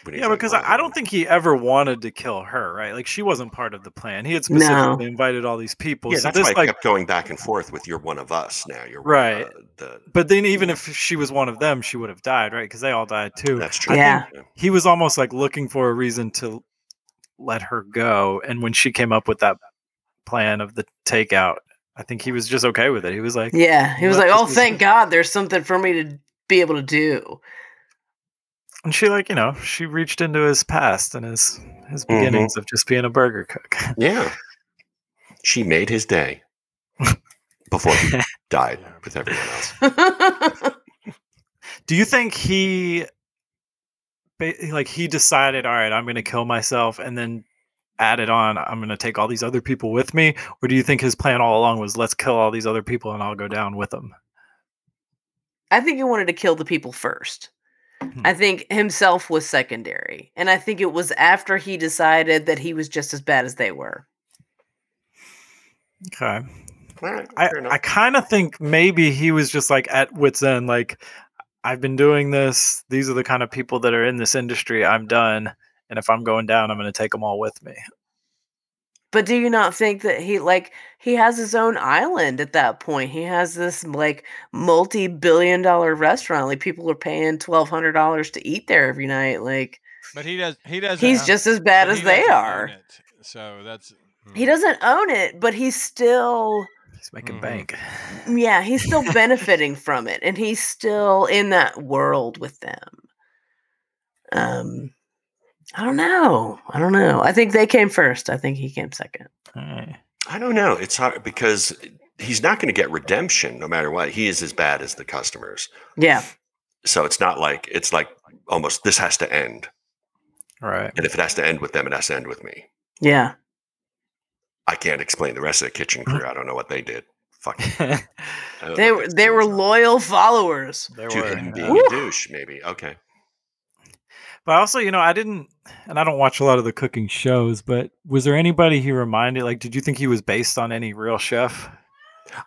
S5: When he's
S7: Yeah,
S5: like,
S7: because
S5: "Well,
S7: I I don't think he ever wanted to kill her, right? Like she wasn't part of the plan. He had specifically invited all these people.
S5: Yeah,
S7: so
S5: that's
S7: this
S5: why I
S7: like
S5: kept going back and forth with you're one of us now. You're
S7: Right.
S5: One of, uh,
S7: but then even if she was one of them, she would have died, right? Because they all died
S5: the,
S7: too.
S5: that's true.
S6: Yeah.
S7: He was almost like looking for a reason to let her go. And when she came up with that plan of the takeout, I think he was just okay with it. He was like,
S6: good. Yeah, he was
S7: Let
S6: like,
S7: this
S6: "Oh,
S7: be
S6: thank
S7: said.
S6: God, there's something for me to be able to do."
S7: and she like, you know, she reached into his past and his his
S5: Mhm.
S7: beginnings of just being a burger cook.
S5: Yeah. She made his day before he died with everyone else.
S7: Do you think he, ba- like, he decided, all right, I'm going to kill myself, and then added on, I'm going to take all these other people with me? Or do you think his plan all along was, let's kill all these other people and I'll go down with them?
S6: I think he wanted to kill the people first.
S5: Hmm.
S6: I think himself was secondary, and I think it was after he decided that he was just as bad as they were.
S7: Okay.
S5: All right,
S7: I,
S5: fair enough.
S7: I kind of think maybe he was just like at wits end, like I've been doing this. These are the kind of people that are in this industry. I'm done, and if I'm going down, I'm going to take them all with me.
S6: But do you not think that he like he has his own island at that point? He has this like multi-billion dollar restaurant. Like people are paying twelve hundred dollars to eat there every night. Like
S1: But he does. He does.
S6: he's just as bad as they are.
S1: So that's hmm.
S6: He doesn't own it, but he's still
S7: He's making
S5: Mm-hmm.
S1: Mhm.
S7: bank.
S6: yeah, he's still benefiting from it and he's still in that world with them. Um I don't know. I don't know. I think they came first. I think he came second.
S7: All right.
S5: I don't know. It's hard because he's not going to get redemption no matter what. He is as bad as the customers.
S6: Yeah.
S5: So it's not like it's like almost this has to end.
S7: All right.
S5: And if it has to end with them, it has to end with me.
S6: Yeah.
S5: I can't explain the rest of the kitchen crew. I don't know what they did. Fuck. I don't
S6: Mm-hmm. They
S5: know
S6: were
S5: what
S6: they were
S5: did.
S6: loyal followers.
S7: There
S5: to him being
S6: Woo!
S5: a douche, maybe. Okay.
S7: But also, you know, I didn't, and I don't watch a lot of the cooking shows, but was there anybody he reminded, like, did you think he was based on any real chef?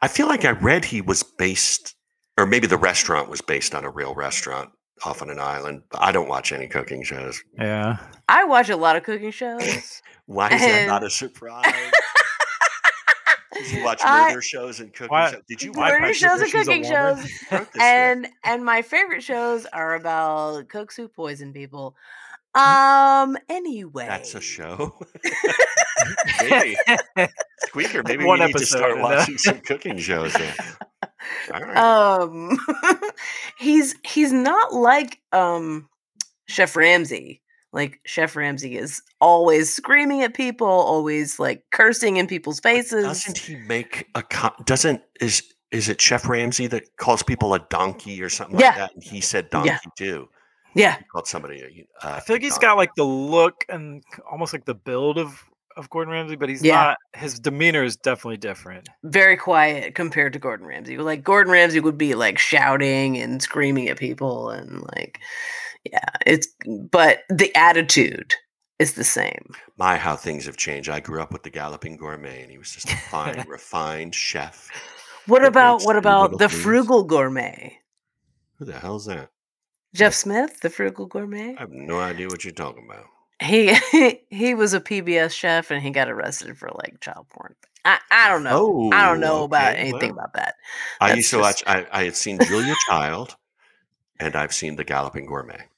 S5: I feel like I read he was based, or maybe the restaurant was based on a real restaurant off on an island. I don't watch any cooking shows.
S7: Yeah.
S6: I watch a lot of cooking shows.
S5: Why is that
S6: Um,
S5: not a surprise? you watch
S6: I-
S5: murder shows and cooking
S7: Why-
S5: shows. Did you watch
S6: Murder
S7: Piper
S6: shows and
S7: She's a
S6: cooking
S7: woman?
S6: shows.
S5: Wrote this shit.
S6: and and my favorite shows are about cooks who poison people. Um. Anyway,
S5: Hmm. That's a show. maybe. Squeaker, maybe
S7: One
S5: we need to
S7: episode Uh,
S5: start
S7: and, uh,
S5: watching some cooking shows then. All right.
S6: Um. he's he's not like um, Chef Ramsay. Like Chef Ramsay is always screaming at people, always like cursing in people's faces.
S5: doesn't he make a co doesn't is is it chef ramsey that calls people a donkey or something
S6: Yeah.
S5: like that and he said donkey
S6: Yeah.
S5: too
S6: Yeah.
S5: called somebody. Uh,
S7: I feel like he's
S5: Peacock.
S7: got like the look and k- almost like the build of of Gordon Ramsay, but he's
S6: Yeah.
S7: not. His demeanor is definitely different.
S6: Very quiet compared to Gordon Ramsay. Like Gordon Ramsay would be like shouting and screaming at people and like yeah, it's but the attitude is the same.
S5: my how things have changed. I grew up with the Galloping Gourmet, and he was just a fine, refined chef.
S6: What
S5: It
S6: about
S5: makes
S6: what
S5: the
S6: about
S5: little
S6: the
S5: things.
S6: frugal gourmet?
S5: Who the hell's that?
S6: Jeff Smith, the frugal gourmet?
S5: I have no idea what you're talking about.
S6: He he was a PBS chef and he got arrested for like child porn. I, I don't know.
S5: Oh,
S6: I don't know about
S5: okay,
S6: anything
S5: well,
S6: about that.
S5: I
S6: that's
S5: used to watch.
S6: just-
S5: I, I had seen Julia Child, and I've seen the Galloping Gourmet.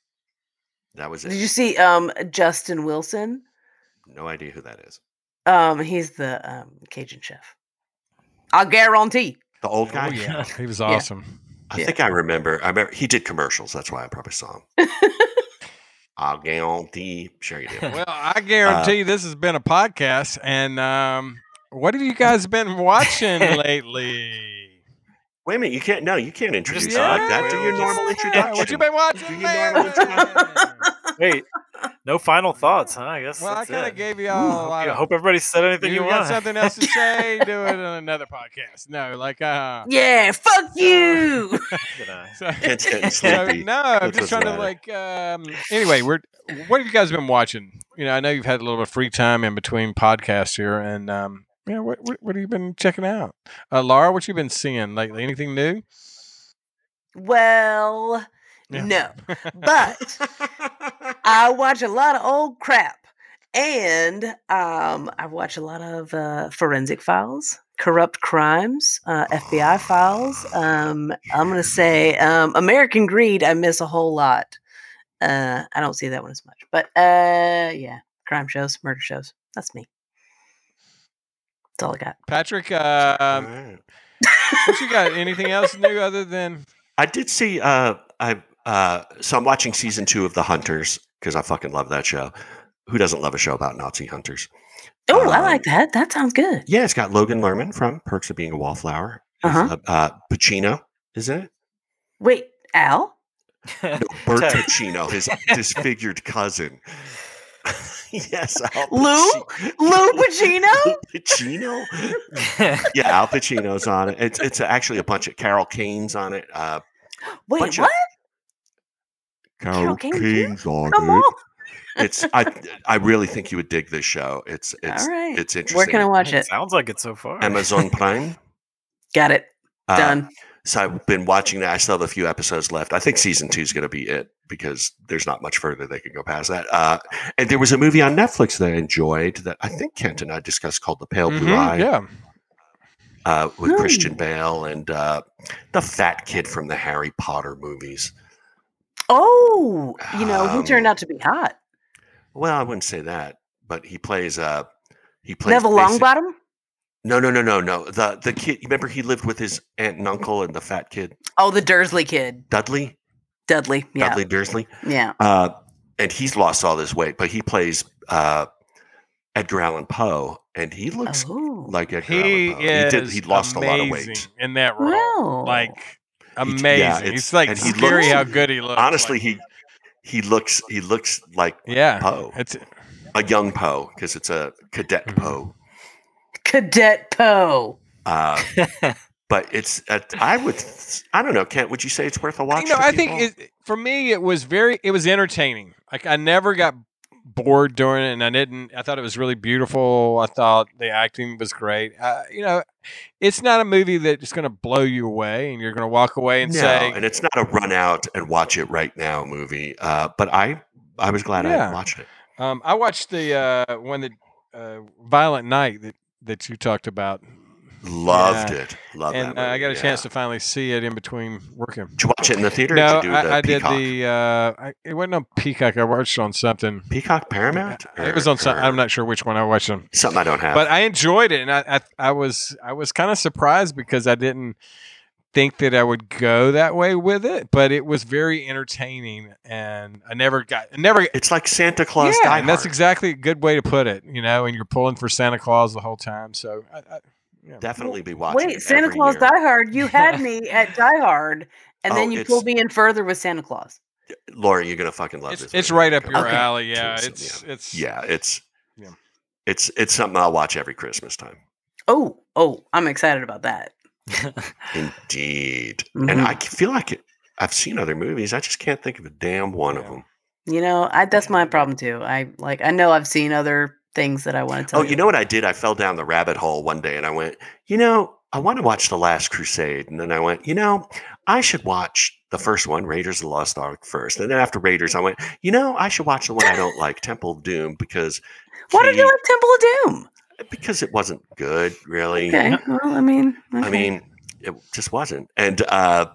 S5: That was it.
S6: Did you see um Justin Wilson?
S5: no idea who that is.
S6: Um he's the um Cajun chef. I guarantee.
S5: The old guy.
S1: Oh, yeah. He was
S6: Yeah.
S1: awesome.
S5: I
S6: Yeah.
S5: think I remember. I remember he did commercials. That's why I probably saw him. I guarantee. Sure, you did.
S1: Well, I
S6: Uh,
S1: guarantee this has been a podcast. And um, what have you guys been watching lately?
S5: Wait a minute. You can't. No, you can't introduce
S7: Yeah,
S5: it like that. Do
S1: well,
S5: your
S1: just-
S5: normal
S1: yeah,
S5: introduction.
S1: What you been watching
S5: Do your normal
S1: lately?
S7: Wait, no final thoughts, huh? I guess.
S1: well, I
S7: that's
S1: kind
S7: it.
S1: of gave you all a
S7: I
S1: lot of
S7: hope everybody said anything you,
S1: you got
S7: want.
S1: something else to say? Do it on another podcast. No, like uh,
S6: Yeah, fuck you.
S7: Good eye.
S1: so,
S5: Kids getting
S1: so
S5: sleepy.
S1: no, I'm
S5: Which
S1: just
S5: was
S1: trying to
S5: matter.
S1: like. Um, anyway, we're what have you guys been watching? You know, I know you've had a little bit of free time in between podcasts here, and um, you know, what, what what have you been checking out? Uh, Laura, what you been seeing lately? Anything new?
S6: well,
S1: Yeah.
S6: no. But I watch a lot of old crap. And um, I watch a lot of uh, forensic files, corrupt crimes, uh, FBI files. Um, I'm going to say um, American Greed, I miss a whole lot. Uh, I don't see that one as much. But uh, yeah, crime shows, murder shows. That's me. That's all I got.
S1: Patrick, um,
S5: Alright.
S1: what you got? Anything else new other than
S5: I did see. Uh, I uh, so I'm watching season two of The Hunters because I fucking love that show. Who doesn't love a show about Nazi hunters?
S6: Oh, I
S5: Um,
S6: like that. That sounds good.
S5: Yeah, it's got Logan Lerman from Perks of Being a Wallflower. It's,
S6: Uh-huh.
S5: Uh, uh, Pacino, is it?
S6: Wait, Al?
S5: Bert
S7: Ted.
S5: Pacino, his disfigured cousin. yes, Al
S6: Lou?
S5: Paci-
S6: Lou Pacino?
S5: Lou Pacino. Yeah, Al Pacino's on it. It's it's actually a bunch of Carol Kane's on it. Uh,
S6: Wait,
S5: Bunch of-
S6: what?
S5: Carol
S6: Kane's
S5: Kane's on
S6: Come
S5: it.
S6: on.
S5: it's I I really think you would dig this show. It's it's
S6: all right.
S5: it's interesting.
S6: Where can I watch
S7: It
S6: it?
S7: sounds like it so far.
S5: Amazon Prime.
S6: Got it.
S5: Uh,
S6: Done.
S5: So I've been watching that. I still have a few episodes left. I think season two is going to be it because there's not much further they can go past that. Uh, and there was a movie on Netflix that I enjoyed that I think Kent and I discussed called The Pale Blue
S1: Mhm,
S5: Eye
S1: Yeah,
S5: uh, with
S6: Hmm.
S5: Christian Bale and uh, the fat kid from the Harry Potter movies.
S6: Oh, you know, he turned
S5: Um,
S6: out to be hot.
S5: Well, I wouldn't say that, but he plays uh he plays
S6: Neville
S5: basic-
S6: Longbottom?
S5: No, no, no, no, no. The the kid. Remember, he lived with his aunt and uncle and the fat kid
S6: Oh, the Dursley kid.
S5: Dudley,
S6: Dudley. Yeah.
S5: Dudley Dursley.
S6: Yeah.
S5: Uh, and he's lost all this weight, but he plays uh, Edgar Allan Poe, and he looks
S6: Oh.
S5: like Edgar
S1: he
S5: Allan Poe.
S1: is.
S5: he did. He lost a lot of weight.
S1: amazing in that role.
S6: Wow.
S1: Like
S5: yeah,
S1: amazing. it's,
S5: it's-
S1: like
S5: and
S6: he
S1: scary
S6: looks-
S1: how good he looks.
S5: Honestly,
S1: like-
S5: he Oh. he looks he looks like
S1: yeah,
S5: Poe,
S1: it's
S5: a young Poe, because it's a cadet
S1: Mhm.
S5: Poe.
S6: Cadet Poe.
S5: Uh, but it's uh, I would I don't know, Kent. Would you say it's worth a watch?
S1: you know,
S5: for
S1: I
S5: people?
S1: think it, for me it was very it was entertaining. Like I never got bored during it, and I didn't. I thought it was really beautiful. I thought the acting was great. Uh, you know, it's not a movie that is going to blow you away, and you're going to walk away and
S5: no,
S1: say,
S5: and it's not a run out and watch it right now movie. Uh, but I I was glad
S1: Yeah.
S5: I watched it.
S1: Um, I watched the uh, one that uh, Violent Night that that you talked about,
S5: Loved
S1: Yeah.
S5: it. Loved that.
S1: and uh,
S5: movie,
S1: I got a
S5: yeah.
S1: chance to finally see it in between working.
S5: Did you watch it in the theater? or
S1: No,
S5: did you do the
S1: I, I did
S5: Peacock?
S1: the. Uh, I, it wasn't on Peacock. I watched it on something.
S5: Peacock Paramount.
S1: It was on. Some,
S5: Or-
S1: I'm not sure which one I watched on.
S5: something I don't have.
S1: but I enjoyed it, and I, I I was I was kind of surprised because I didn't think that I would go that way with it, but it was very entertaining, and I never got I never.
S5: it's like Santa Claus.
S1: yeah,
S5: Die
S1: and that's
S5: Hard.
S1: exactly a good way to put it, you know. And you're pulling for Santa Claus the whole time, so I, I, yeah.
S5: definitely be watching.
S6: Wait,
S5: it
S6: Santa
S5: every
S6: Claus
S5: year.
S6: Die Hard. You had me at Die Hard, and
S5: Oh,
S6: then you pulled
S5: it's-
S6: me in further with Santa Claus.
S5: Laura, you're gonna fucking love
S1: It's,
S5: this.
S1: it's
S5: movie.
S1: right up your
S5: Okay.
S1: alley. Yeah,
S5: Awesome,
S1: it's it's
S5: Yeah, it's
S1: Yeah.
S5: it's it's something I'll watch every Christmas time.
S6: Oh, oh, I'm excited about that.
S5: Indeed, and
S6: Mhm.
S5: I c- feel like it, I've seen other movies. I just can't think of a damn one of
S1: Yeah.
S5: them.
S6: You know, I that's my problem too. I like I know I've seen other things that I want to tell
S5: oh, you know what I did? I fell down the rabbit hole one day and I went, you know, I want to watch The Last Crusade. And then I went, you know, I should watch the first one, Raiders of the Lost Ark, first. And then after Raiders, I went, you know, I should watch the one I don't like, Temple of Doom, because
S6: Why did
S5: he-
S6: you like Temple of Doom?
S5: because it wasn't good, really.
S6: Okay. Well, I mean,
S5: I
S6: okay.
S5: mean, it just wasn't. And uh,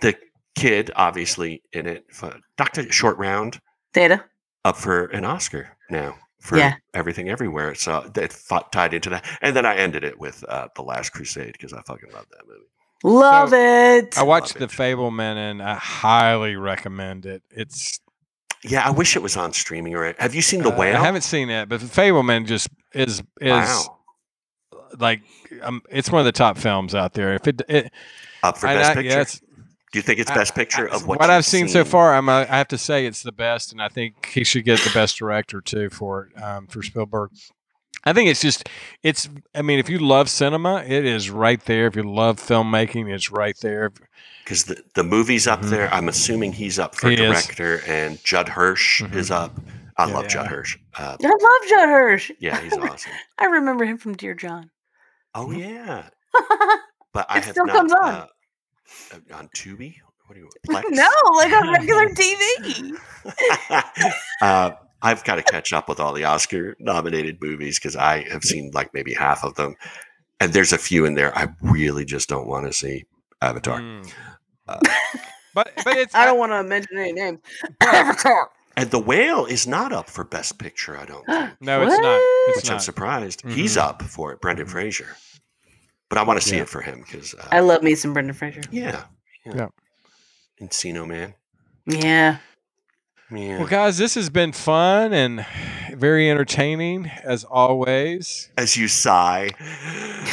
S5: the kid, obviously, in it, fu- Dr. Short Round,
S6: Data.
S5: up for an Oscar now for
S6: Yeah.
S5: everything everywhere. So that fought, tied into that, and then I ended it with uh, the Last Crusade because I fucking love that movie.
S6: Love it.
S1: I watched The
S5: Love it.
S1: Fableman and I highly recommend it. It's
S5: Yeah, I wish it was on streaming. Or have you seen The
S1: uh,
S5: Whale?
S1: I haven't seen it, but The Fableman just is is
S5: Wow,
S1: like um, it's one of the top films out there. If it, it
S5: up for
S1: and
S5: best
S1: I-
S5: picture.
S1: yeah, it's-
S5: Do you think it's
S1: I-
S5: best picture
S1: I-
S5: of what,
S1: I've
S5: you've
S1: seen, so far, I'm, uh, I have to say it's the best, and I think he should get the best director too for it um, for Spielberg. I think it's just it's. I mean, if you love cinema, it is right there. If you love filmmaking, it's right there.
S5: Because the, the movie's up
S1: Mhm.
S5: there. I'm assuming he's up for
S1: He is.
S5: director, and Judd Hirsch
S1: Mhm.
S5: is up. I
S7: Yeah,
S5: love Judd
S7: yeah.
S5: Hirsch. Uh,
S6: I love Judd Hirsch.
S5: yeah, he's awesome.
S6: I remember him from Dear John.
S5: Oh yeah, but
S6: Mm-hmm.
S5: I
S6: It
S5: have
S6: still
S5: not,
S6: comes on.
S5: Uh, uh, on Tubi. What do you? Plex?
S6: no, like on regular TV.
S5: uh, I've got to catch up with all the Oscar nominated movies because I have seen like maybe half of them. And there's a few in there I really just don't want to see. Avatar.
S1: Mm.
S5: Uh,
S1: but but it's
S6: I don't want to mention any names. Avatar.
S5: And The Whale is not up for Best Picture, I don't think,
S1: no, it's not.
S6: What?
S5: which I'm
S1: It's not.
S5: surprised. He's
S1: Mhm.
S5: up for it, Brendan Fraser. But I want to see
S1: Yeah.
S5: it for him because, uh,
S6: I love me some Brendan Fraser.
S5: yeah, yeah.
S1: Yeah.
S5: Encino Man.
S6: Yeah.
S5: Yeah.
S1: Well, guys, this has been fun and very entertaining as always.
S5: As you sigh.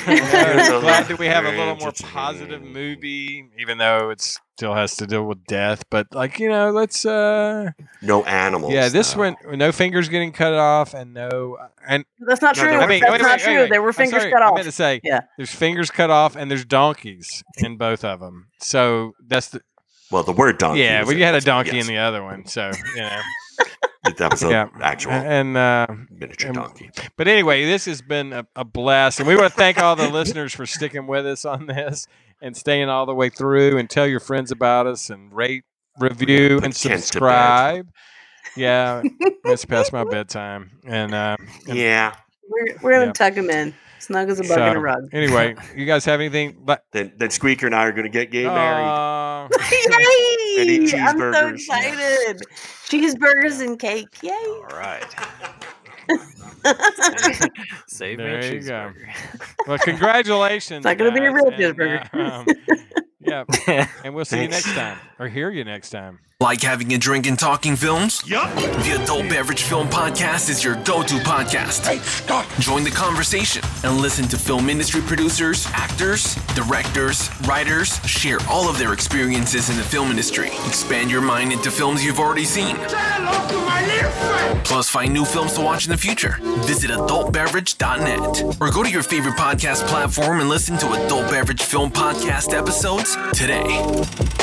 S1: Yeah, glad that we have a little more
S5: Entertaining.
S1: positive movie, even though it still has to deal with death. But like you know, let's uh,
S5: No animals.
S1: yeah, this
S5: though.
S1: one, no fingers getting cut off, and no, and
S6: That's not
S5: No,
S6: true.
S5: there were-
S1: I mean,
S6: That's
S1: wait, wait,
S6: not
S1: wait,
S6: true.
S1: wait, wait.
S6: There were
S1: I'm
S6: fingers
S1: sorry,
S6: cut
S1: I
S6: off.
S1: meant to say,
S6: Yeah.
S1: there's fingers cut off, and there's donkeys in both of them. So that's the
S5: Well, the word donkey.
S1: yeah.
S5: was
S1: Well,
S5: in
S1: you had a
S5: this one,
S1: donkey
S5: yes.
S1: in the other one, so you know,
S5: That was an
S1: yeah,
S5: actual
S1: and. uh
S5: miniature
S1: and-
S5: donkey.
S1: But anyway, this has been a, a blast, and we want to thank all the listeners for sticking with us on this and staying all the way through. And tell your friends about us and rate, review,
S5: Put
S1: and
S5: Kent to bed.
S1: subscribe. Yeah, it's past my bedtime, and uh, and-
S5: Yeah.
S6: We're, we're gonna
S1: Yeah.
S6: tuck him in, snug as a bug in
S1: So,
S6: a rug.
S1: Anyway, you guys have anything? But
S5: Then, then Squeaker and I are going to get
S1: Oh,
S5: gay married.
S1: Aw.
S5: And eat
S6: Yay! I'm so
S5: cheeseburgers.
S6: excited. Cheeseburgers and cake. Yay!
S7: All right. Save me a
S1: There you go.
S7: cheeseburger.
S1: well, congratulations!
S6: It's not gonna be a
S1: guys,
S6: real
S1: and,
S6: cheeseburger.
S1: uh, um, yeah, and we'll see you
S5: Thanks.
S1: next time, or hear you next time.
S2: Like having a drink and talking films?
S5: Yup.
S2: The Adult Beverage Film Podcast is your go to podcast. Join the conversation and listen to film industry producers, actors, directors, writers share all of their experiences in the film industry. Expand your mind into films you've already seen. Plus, find new films to watch in the future. Visit adultbeverage.net or go to your favorite podcast platform and listen to Adult Beverage Film Podcast episodes today.